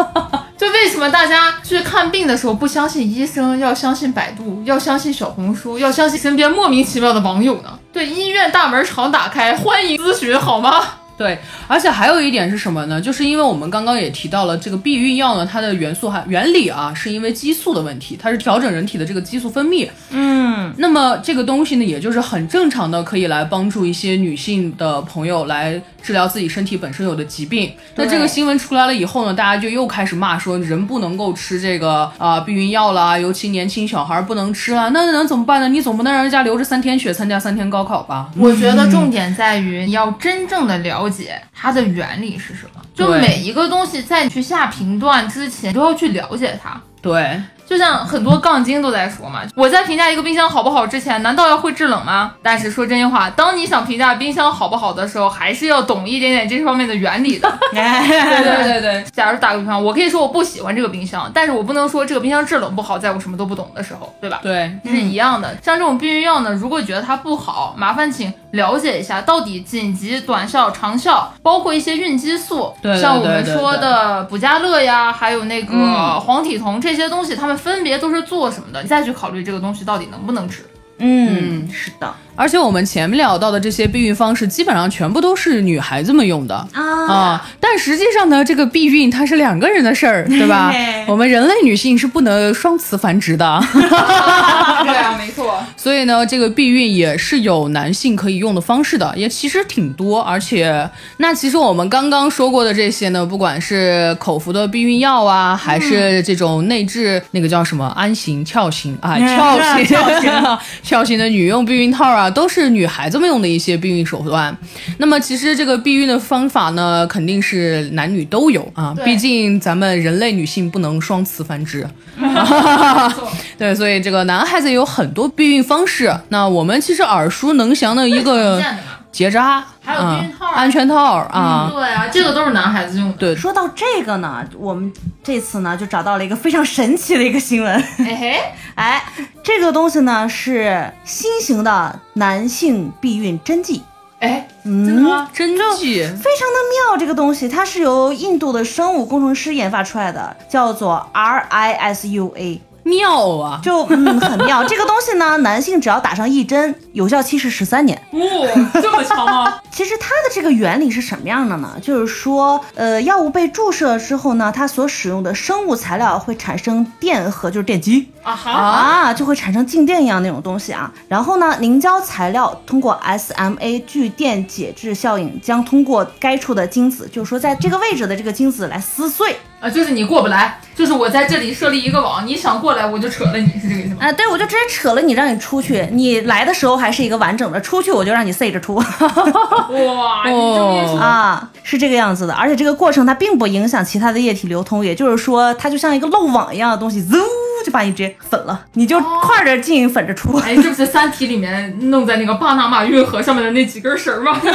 S5: 就为什么大家去看病的时候不相信医生，要相信百度，要相信小红书，要相信身边莫名其妙的网友呢？对，医院大门常打开，欢迎咨询，好吗？
S6: 对，而且还有一点是什么呢？就是因为我们刚刚也提到了这个避孕药呢，它的元素还原理啊，是因为激素的问题，它是调整人体的这个激素分泌。嗯，那么这个东西呢，也就是很正常的，可以来帮助一些女性的朋友来治疗自己身体本身有的疾病。那这个新闻出来了以后呢，大家就又开始骂说人不能够吃这个啊、避孕药啦，尤其年轻小孩儿不能吃啦。那能怎么办呢？你总不能让人家流着三天血参加三天高考吧？
S5: 我觉得重点在于你要真正的了解它的原理是什么。就
S6: 对
S5: 每一个东西，在你去下评断之前，都要去了解它。
S6: 对，
S5: 就像很多杠精都在说嘛，我在评价一个冰箱好不好之前，难道要会制冷吗？但是说真心话，当你想评价冰箱好不好的时候，还是要懂一点点这方面的原理的。
S3: 嗯
S6: 对对对对。
S5: 假如打个比方，我可以说我不喜欢这个冰箱，但是我不能说这个冰箱制冷不好，在我什么都不懂的时候，对吧？
S6: 对，
S5: 是一样的。像这种避孕药呢，如果觉得它不好，麻烦请了解一下到底紧急、短效、长效，包括一些孕激素，
S6: 对对
S5: 像我们
S6: 对对
S5: 说的补加乐呀，还有那个
S6: 嗯
S5: 黄体酮这些东西，它们分别都是做什么的，你再去考虑这个东西到底能不 能吃。
S3: 嗯，是的
S6: 而且我们前面聊到的这些避孕方式，基本上全部都是女孩子们用的。
S3: 啊，
S6: 啊，但实际上呢，这个避孕它是两个人的事儿，对吧？我们人类女性是不能双雌繁殖的，
S5: 对啊，没错。
S6: 所以呢，这个避孕也是有男性可以用的方式的，也其实挺多。而且，那其实我们刚刚说过的这些呢，不管是口服的避孕药啊，还是这种内置、那个叫什么安型、翘型啊、翘型、翘型、 翘型的女用避孕套啊，都是女孩子们用的一些避孕手段。那么，其实这个避孕的方法呢，肯定是男女都有啊，毕竟咱们人类女性不能双雌繁殖。 对，所以这个男孩子也有很多避孕方式。那我们其实耳熟能详的一
S7: 常
S6: 个
S7: 见的嘛
S6: 结扎，
S7: 还有避孕套
S6: 啊安全套
S5: 嗯
S6: 啊。
S7: 对啊，这个都是男孩子用的。
S6: 对，
S3: 说到这个呢，我们这次呢就找到了一个非常神奇的一个新闻。
S6: 嗯
S5: 哎嘿，
S3: 哎，这个东西呢是新型的男性避孕针剂，
S5: 哎，
S3: 嗯，
S6: 针剂
S3: 非常的妙。这个东西它是由印度的生物工程师研发出来的，叫做 RISUA。
S6: 妙啊！
S3: 就嗯很妙。这个东西呢，男性只要打上一针，有效期是十三年。
S8: 哦，这么强吗？
S3: 其实它的这个原理是什么样的呢？就是说，呃，药物被注射之后呢，它所使用的生物材料会产生电荷，就是电极
S5: 啊哈，
S3: 啊，就会产生静电一样那种东西啊。然后呢，凝胶材料通过 SMA 聚电解质效应，将通过该处的精子，就是说在这个位置的这个精子来撕碎。
S5: 啊，就是你过不来，就是我在这里设立一个网，你想过来我就扯了你，是这个意思吗？
S3: 啊、对，我就直接扯了你，让你出去。你来的时候还是一个完整的，出去我就让你塞着出。
S6: 哦
S5: 哇，你这么一说，
S3: 啊，是这个样子的，而且这个过程它并不影响其他的液体流通，也就是说，它就像一个漏网一样的东西，嗖就把你直接粉了，你就快着进，粉着出，
S5: 哎，这不是《三体》里面弄在那个巴拿马运河上面的那几根绳儿 吗？哎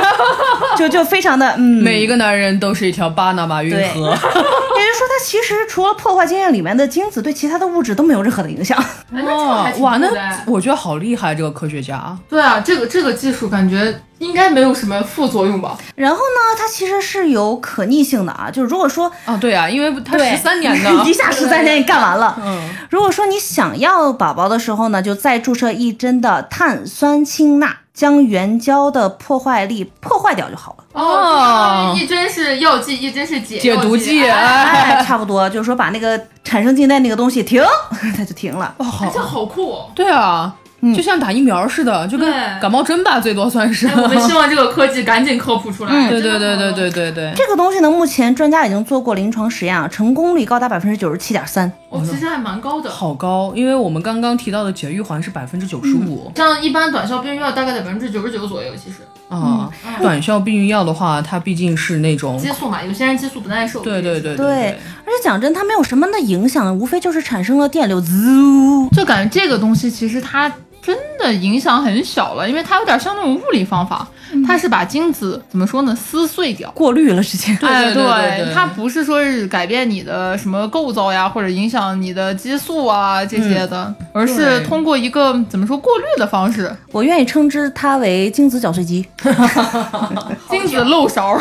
S3: 就就非常的嗯，
S6: 每一个男人都是一条巴拿马运
S3: 对
S6: 河，
S3: 也就是说，它其实除了破坏经验里面的精子，对其他的物质都没有任何的影响。
S5: 哎，那这个还挺
S6: 哦哇，
S5: 酷
S6: 那
S5: 的哎
S6: 我觉得好厉害，这个科学家。
S5: 对啊，这个这个技术感觉应该没有什么副作用吧？
S3: 然后呢，它其实是有可逆性的啊，就是如果说
S6: 啊，对啊，因为他
S3: 对，
S6: 十三年的
S3: 一下十三年你干完了。
S6: 嗯，
S3: 如果说你想要宝宝的时候呢，就再注射一针的碳酸氢钠，将原胶的破坏力破坏掉就好了。
S5: 哦，一针是药剂，一针是解
S6: 解毒剂，
S5: 哎
S6: 哎，
S3: 哎，差不多，就是说把那个产生静电那个 东西停，它就停了。
S6: 哇，好
S5: 这，好酷哦！
S6: 对啊，就像打疫苗似的，就跟
S5: 对
S6: 感冒针吧，最多算是。
S5: 哎 我们希望这个科技赶紧科普出来。
S6: 对嗯
S5: 真
S6: 对
S5: 的
S6: 对
S5: 好
S6: 对对对对，
S3: 这个东西呢，目前专家已经做过临床实验啊，成功率高达百分之九十七点三。
S5: 哦，其实还蛮高的。
S6: 好高，因为我们刚刚提到的节育环是百分之九十五
S5: 像一般短效避孕药大概在百分之九十九左右，其实
S6: 啊。短效避孕药的话，它毕竟是那种，
S5: 激素嘛，有些人激素不耐受。
S6: 对对对
S3: 对
S6: 对，
S3: 而且讲真，它没有什么的影响，无非就是产生了电流，滋。
S9: 就感觉这个东西其实它真的影响很小了，因为它有点像那种物理方法，
S5: 嗯
S9: 它是把精子怎么说呢撕碎掉。
S3: 过滤了之前。
S9: 哎，
S6: 对对对对
S9: 它不是说是改变你的什么构造呀，或者影响你的激素啊这些
S5: 嗯
S9: 的，而是
S6: 对
S9: 通过一个怎么说过滤的方式，
S3: 我愿意称之它为精子绞碎机。
S9: 精子漏 勺。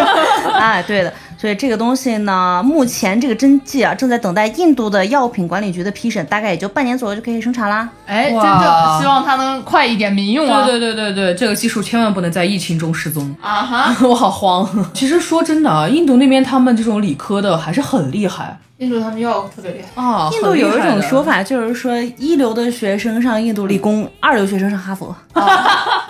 S3: 哎，对的。所以这个东西呢，目前这个针剂啊，正在等待印度的药品管理局的批审，大概也就半年左右就可以生产啦。
S9: 哎，真
S6: 哇
S9: 的希望它能快一点民用啊！
S6: 对对对对对，这个技术千万不能在疫情中失 踪。
S5: 啊哈，
S6: 我好慌。其实说真的啊，印度那边他们这种理科的还是很厉害
S5: 印度他们药特别厉害。
S6: 啊。
S3: 印度有一种说
S6: 法，
S3: 法，就是说一流的学生上印度理工，二流学生上哈佛。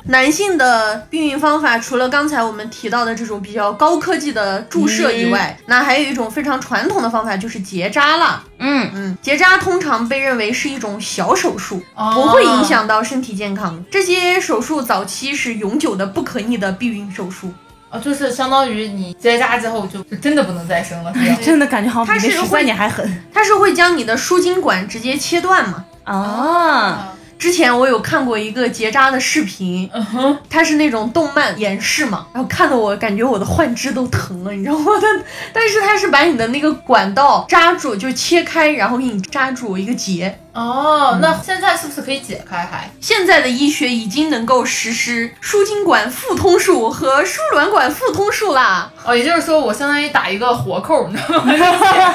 S2: 男性的避孕方法，除了刚才我们提到的这种比较高科技的注射以外，那还有一种非常传统的方法，就是结扎了。
S3: 嗯
S2: 嗯，结扎通常被认为是一种小手术，
S9: 哦
S5: 哦
S2: 不会影响到身体健康。这些手术早期是永久的、不可逆的避孕手术，
S5: 啊，就是相当于你结扎之后就就真的不能再生 了，是吧？
S3: 真的感觉好像
S2: 它
S3: 比那
S2: 是
S3: 十
S2: 会
S3: 三年还狠
S2: 它是会将你的输精管直接切断嘛？
S3: 啊！
S2: 之前我有看过一个结扎的视频，它是那种动漫演示嘛，然后看得我感觉我的幻肢都疼了，你知道吗？ 但但是它是把你的那个管道扎住，就切开，然后给你扎住一个结。
S5: 哦，那现在是不是可以解开还？
S2: 现在的医学已经能够实施输精管复通术和输卵管复通术啦。
S5: 哦，也就是说我相当于打一个活扣，你知 道吗？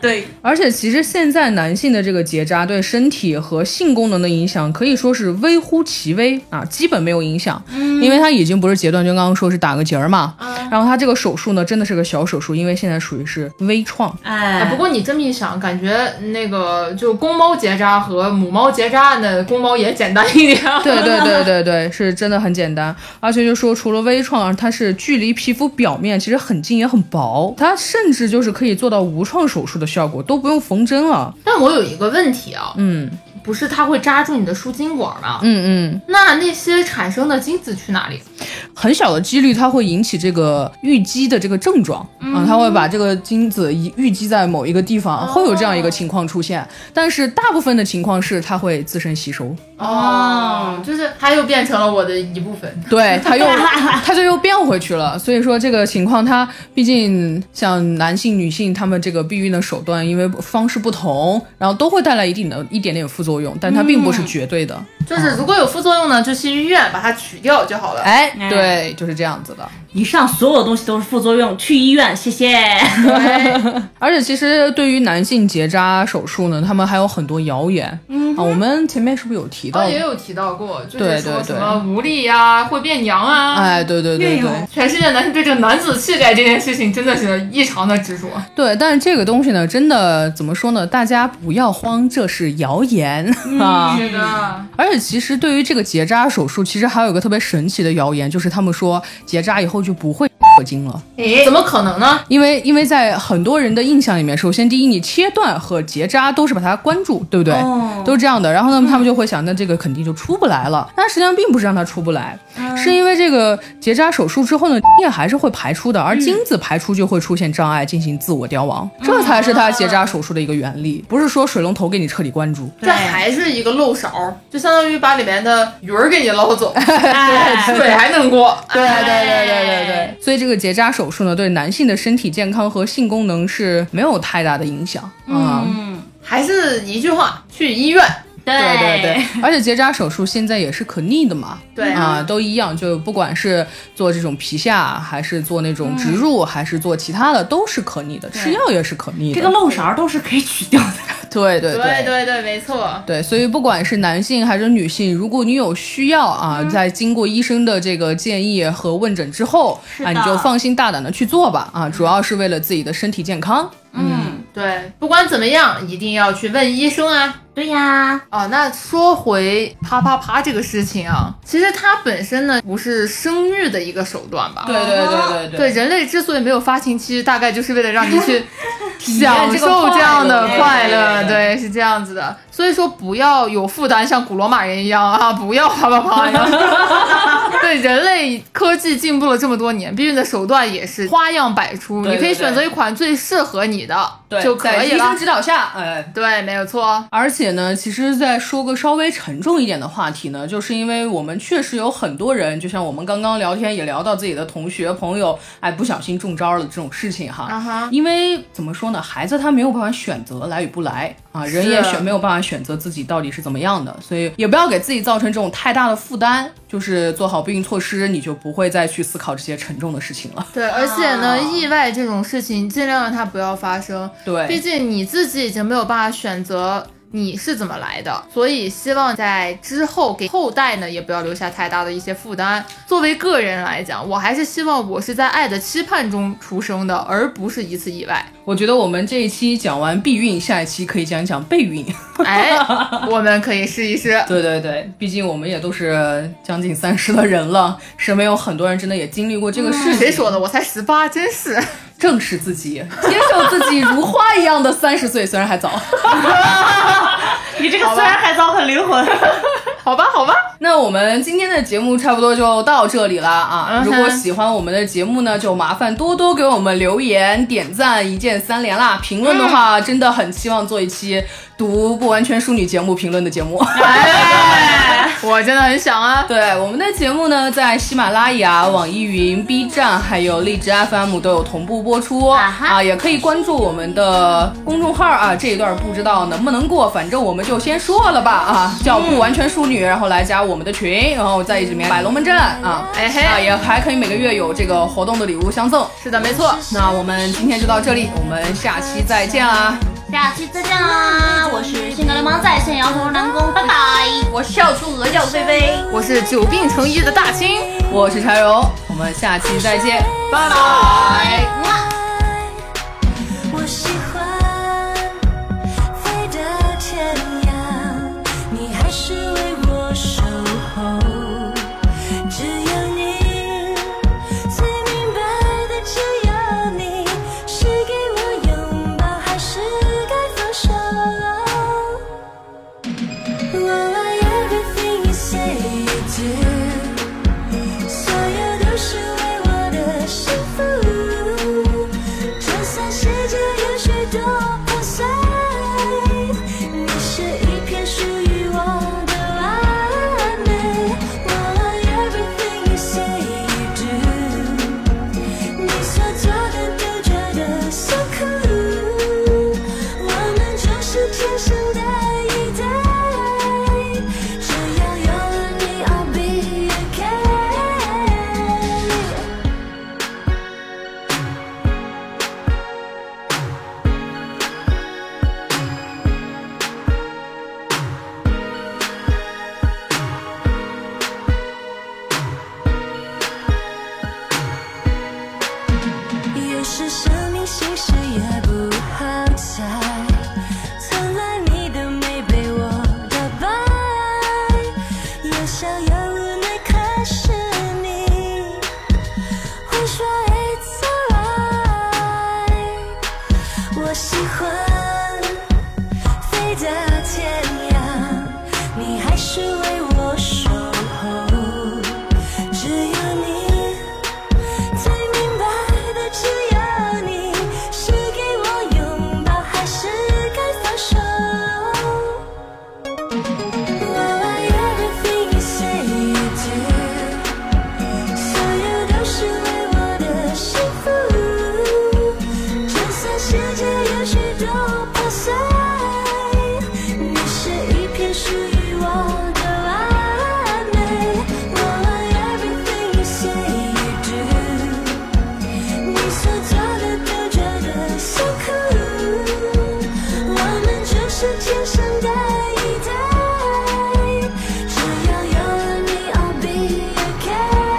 S2: 对，
S6: 而且其实现在男性的这个结扎对身体和性功能的影响可以说是微乎其微啊，基本没有影响，因为他已经不是截断，就刚刚说是打个结儿嘛。然后他这个手术呢，真的是个小手术，因为现在属于是微创。
S2: 啊
S5: 哎，
S3: 哎
S5: 不，过你这么一想，感觉那个就公猫结扎和母猫结扎，那公猫也简单一点。
S6: 对对对对对，是真的很简单，而且就说除了微创，它是距离皮肤表面其实很近也很薄，它甚至就是可以做到无创手术的效果，都不用缝针啊了。
S5: 但我有一个问题啊，
S6: 嗯
S5: 不是它会扎住你的输精管吗？
S6: 嗯
S5: 那那些产生的精子去哪里？
S6: 嗯，很小的几率它会引起这个淤积的这个症状啊，它会把这个精子一淤积在某一个地方，会有这样一个情况出现。但是大部分的情况是它会自身吸收，
S5: 哦，就是它又变成了我的一部分。
S6: 对，它又它就又变回去了。所以说这个情况，它毕竟像男性、女性他们这个避孕的手段，因为方式不同，然后都会带来一定的一点点副作用，但它并不是绝对的。
S5: 就是如果有副作用呢，就去医院把它取掉就好了。
S6: 啊哎，对对，就是这样子的。
S3: 以上所有东西都是副作用，去医院，谢 谢。
S6: 而且其实对于男性结扎手术呢，他们还有很多谣言。嗯啊，我们前面是不是有提到
S10: 哦，？也有提到过，就
S6: 对
S10: 是说
S6: 对
S10: 什
S6: 对
S10: 么无力呀、会变娘啊。
S6: 哎，对对对对
S10: 全世界男性对这个男子气概这件事情真的是异常的执着。
S6: 对，但是这个东西呢，真的怎么说呢？大家不要慌，这是谣言
S10: 嗯
S6: 啊。
S10: 是的，
S5: 嗯
S6: 而且其实对于这个结扎手术，其实还有一个特别神奇的谣言，就是他们说结扎以后就不会 射精了。
S5: 怎么可能呢？
S6: 因为因为在很多人的印象里面，首先第一，你切断和结扎都是把它关住，对不对？都是这样的。然后呢，他们就会想，那这个肯定就出不来了。但实际上并不是让它出不来，是因为这个结扎手术之后呢，精液还是会排出的，而精子排出就会出现障碍，进行自我凋亡。这才是它结扎手术的一个原理，不是说水龙头给你彻底关住。
S5: 这还是一个漏勺，就相当于把里面的鱼儿给你 捞走，
S3: 哎
S5: 水还能过。哎
S6: 对对对对对对。所以这个结扎手术呢，对男性的身体健康和性功能是没有太大的影响。嗯
S5: 还是一句话，去医院。
S6: 对对对，而且结扎手术现在也是可逆的嘛，
S5: 对
S6: 啊，都一样，就不管是做这种皮下，还是做那种植入，还是做其他的，都是可逆的，吃药也是可逆的。
S3: 这个漏勺都是可以取掉的。
S6: 对对
S5: 对
S6: 对。
S5: 对对，没错。
S6: 对，所以不管是男性还是女性，如果你有需要啊，在经过医生的这个建议和问诊之后啊，
S3: 的
S6: 你就放心大胆的去做吧啊，主要是为了自己的身体健康。
S3: 嗯，
S5: 对，不管怎么样，一定要去问医生啊。
S3: 对呀，
S5: 啊，那说回啪啪啪这个事情啊，其实它本身呢不是生育的一个手段吧？
S6: 对对对对
S5: 对，人类之所以没有发情期，大概就是为了让你去享
S3: 这个
S5: 受这样的快
S3: 快
S5: 乐，对，是这样子的。所以说不要有负担，像古罗马人一样啊，不要啪啪啪呀。 对，人类科技进步了这么多年，避孕的手段也是花样百出，
S6: 对
S5: 你可以
S6: 对
S5: 选择一款最适合你的就可
S6: 在
S5: 以
S6: 医
S5: 了
S6: 生。指导下，哎，
S5: 对，没有错。
S6: 而且呢，其实再说个稍微沉重一点的话题呢，就是因为我们确实有很多人，就像我们刚刚聊天也聊到自己的同学朋友，哎，不小心中招了这种事情哈。
S5: 啊哈
S6: 因为怎么说呢，孩子他没有办法选择来与不来啊，人也选没有办法选择自己到底是怎么样的，所以也不要给自己造成这种太大的负担，就是做好避孕措施，你就不会再去思考这些沉重的事情了。
S5: 对，而且呢，意外这种事情尽量让它不要发生。
S6: 对
S5: 毕竟你自己已经没有办法选择你是怎么来的，所以希望在之后给后代呢，也不要留下太大的一些负担。作为个人来讲，我还是希望我是在爱的期盼中出生的，而不是一次意 外。
S6: 我觉得我们这一期讲完避孕，下一期可以讲一讲备孕。
S5: 哎，我们可以试一试。
S6: 对对对，毕竟我们也都是将近三十的人了，身边有很多人真的也经历过这个事情，
S5: 谁说的？我才十八，真是。
S6: 正视自己，接受自己如花一样的三十岁，虽然还早。
S3: 你这个虽然还糟很灵魂。
S5: 好吧，好吧，
S6: 那我们今天的节目差不多就到这里了啊！
S5: 嗯
S6: 如
S5: 哼
S6: 果喜欢我们的节目呢，就麻烦多多给我们留言、点赞，一键三连啦！评论的
S5: 嗯
S6: 话，真的很期望做一期读不完全淑女节目评论的节目。
S5: 哎，我真的很想啊。
S6: 对我们的节目呢，在喜马拉雅、网易云、B 站还有荔枝 FM 都有同步播出
S3: 啊
S6: 啊
S3: 哈
S6: 也可以关注我们的公众号啊。这一段不知道能不能过，反正我们就先说了吧啊，叫不完全淑女，然后来加我们的群，然后在里面摆龙门阵啊，
S5: 哎嘿
S6: 啊也还可以每个月有这个活动的礼物相赠。
S5: 是的，没错。
S6: 那我们今天就到这里，我们下期再见啦！
S3: 下期再见啦！我是性格流氓在线摇头南宫，拜拜。我是笑出鹅叫菲菲。
S5: 我是久病成医的大清。
S6: 我是柴荣，我们下期再见，拜拜。
S1: 我喜欢飞得天涯，你还是为我守候。只有你最明白的，只有你是给我拥抱，还是该放手？Well, everything you say you do。所有都是为我的幸福。是生命形式也不好猜。从来你的美被我打败，也想要无奈，可是你会说 It's alright。我喜欢飞到天涯，你还是为我守候。只有你。最明白的只有你，是给我拥抱，还是该放手？Well, everything you say you do，所有都是为我的幸福。就算世界有许多破碎，你是一片属于我的完美。Well, everything you say you do。你所做的都觉得so cool，我们就是天生的一对，只要有了你，I'll be okay。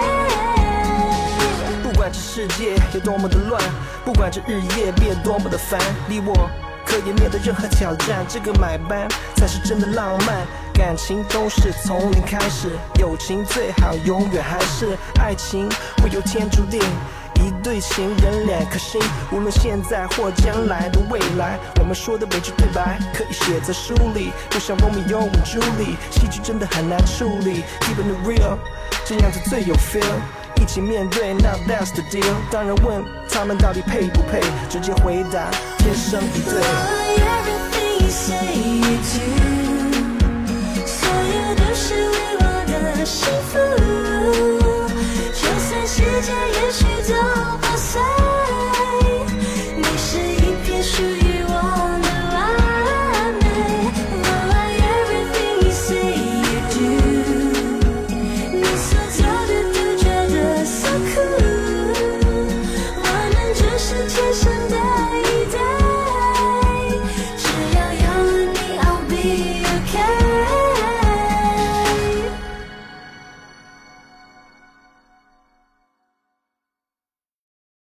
S11: 不管这世界有多么的乱，不管这日夜变多么的烦，离我可以面对任何挑战。这个买班才是真的浪漫，感情都是从零开始，友情最好永远还是爱情会有天注定。一对情人两颗心，无论现在或将来的未来，我们说的每句对白可以写在书里，不像罗密欧与朱丽，戏剧真的很难处理。Keeping it real，这样子最有 feel。一起面对，Now that's the deal。当然问他们到底配不配，直接回答天生一对。
S1: Everything you say you do，所有都是为我的幸福。就算世界也许都破碎，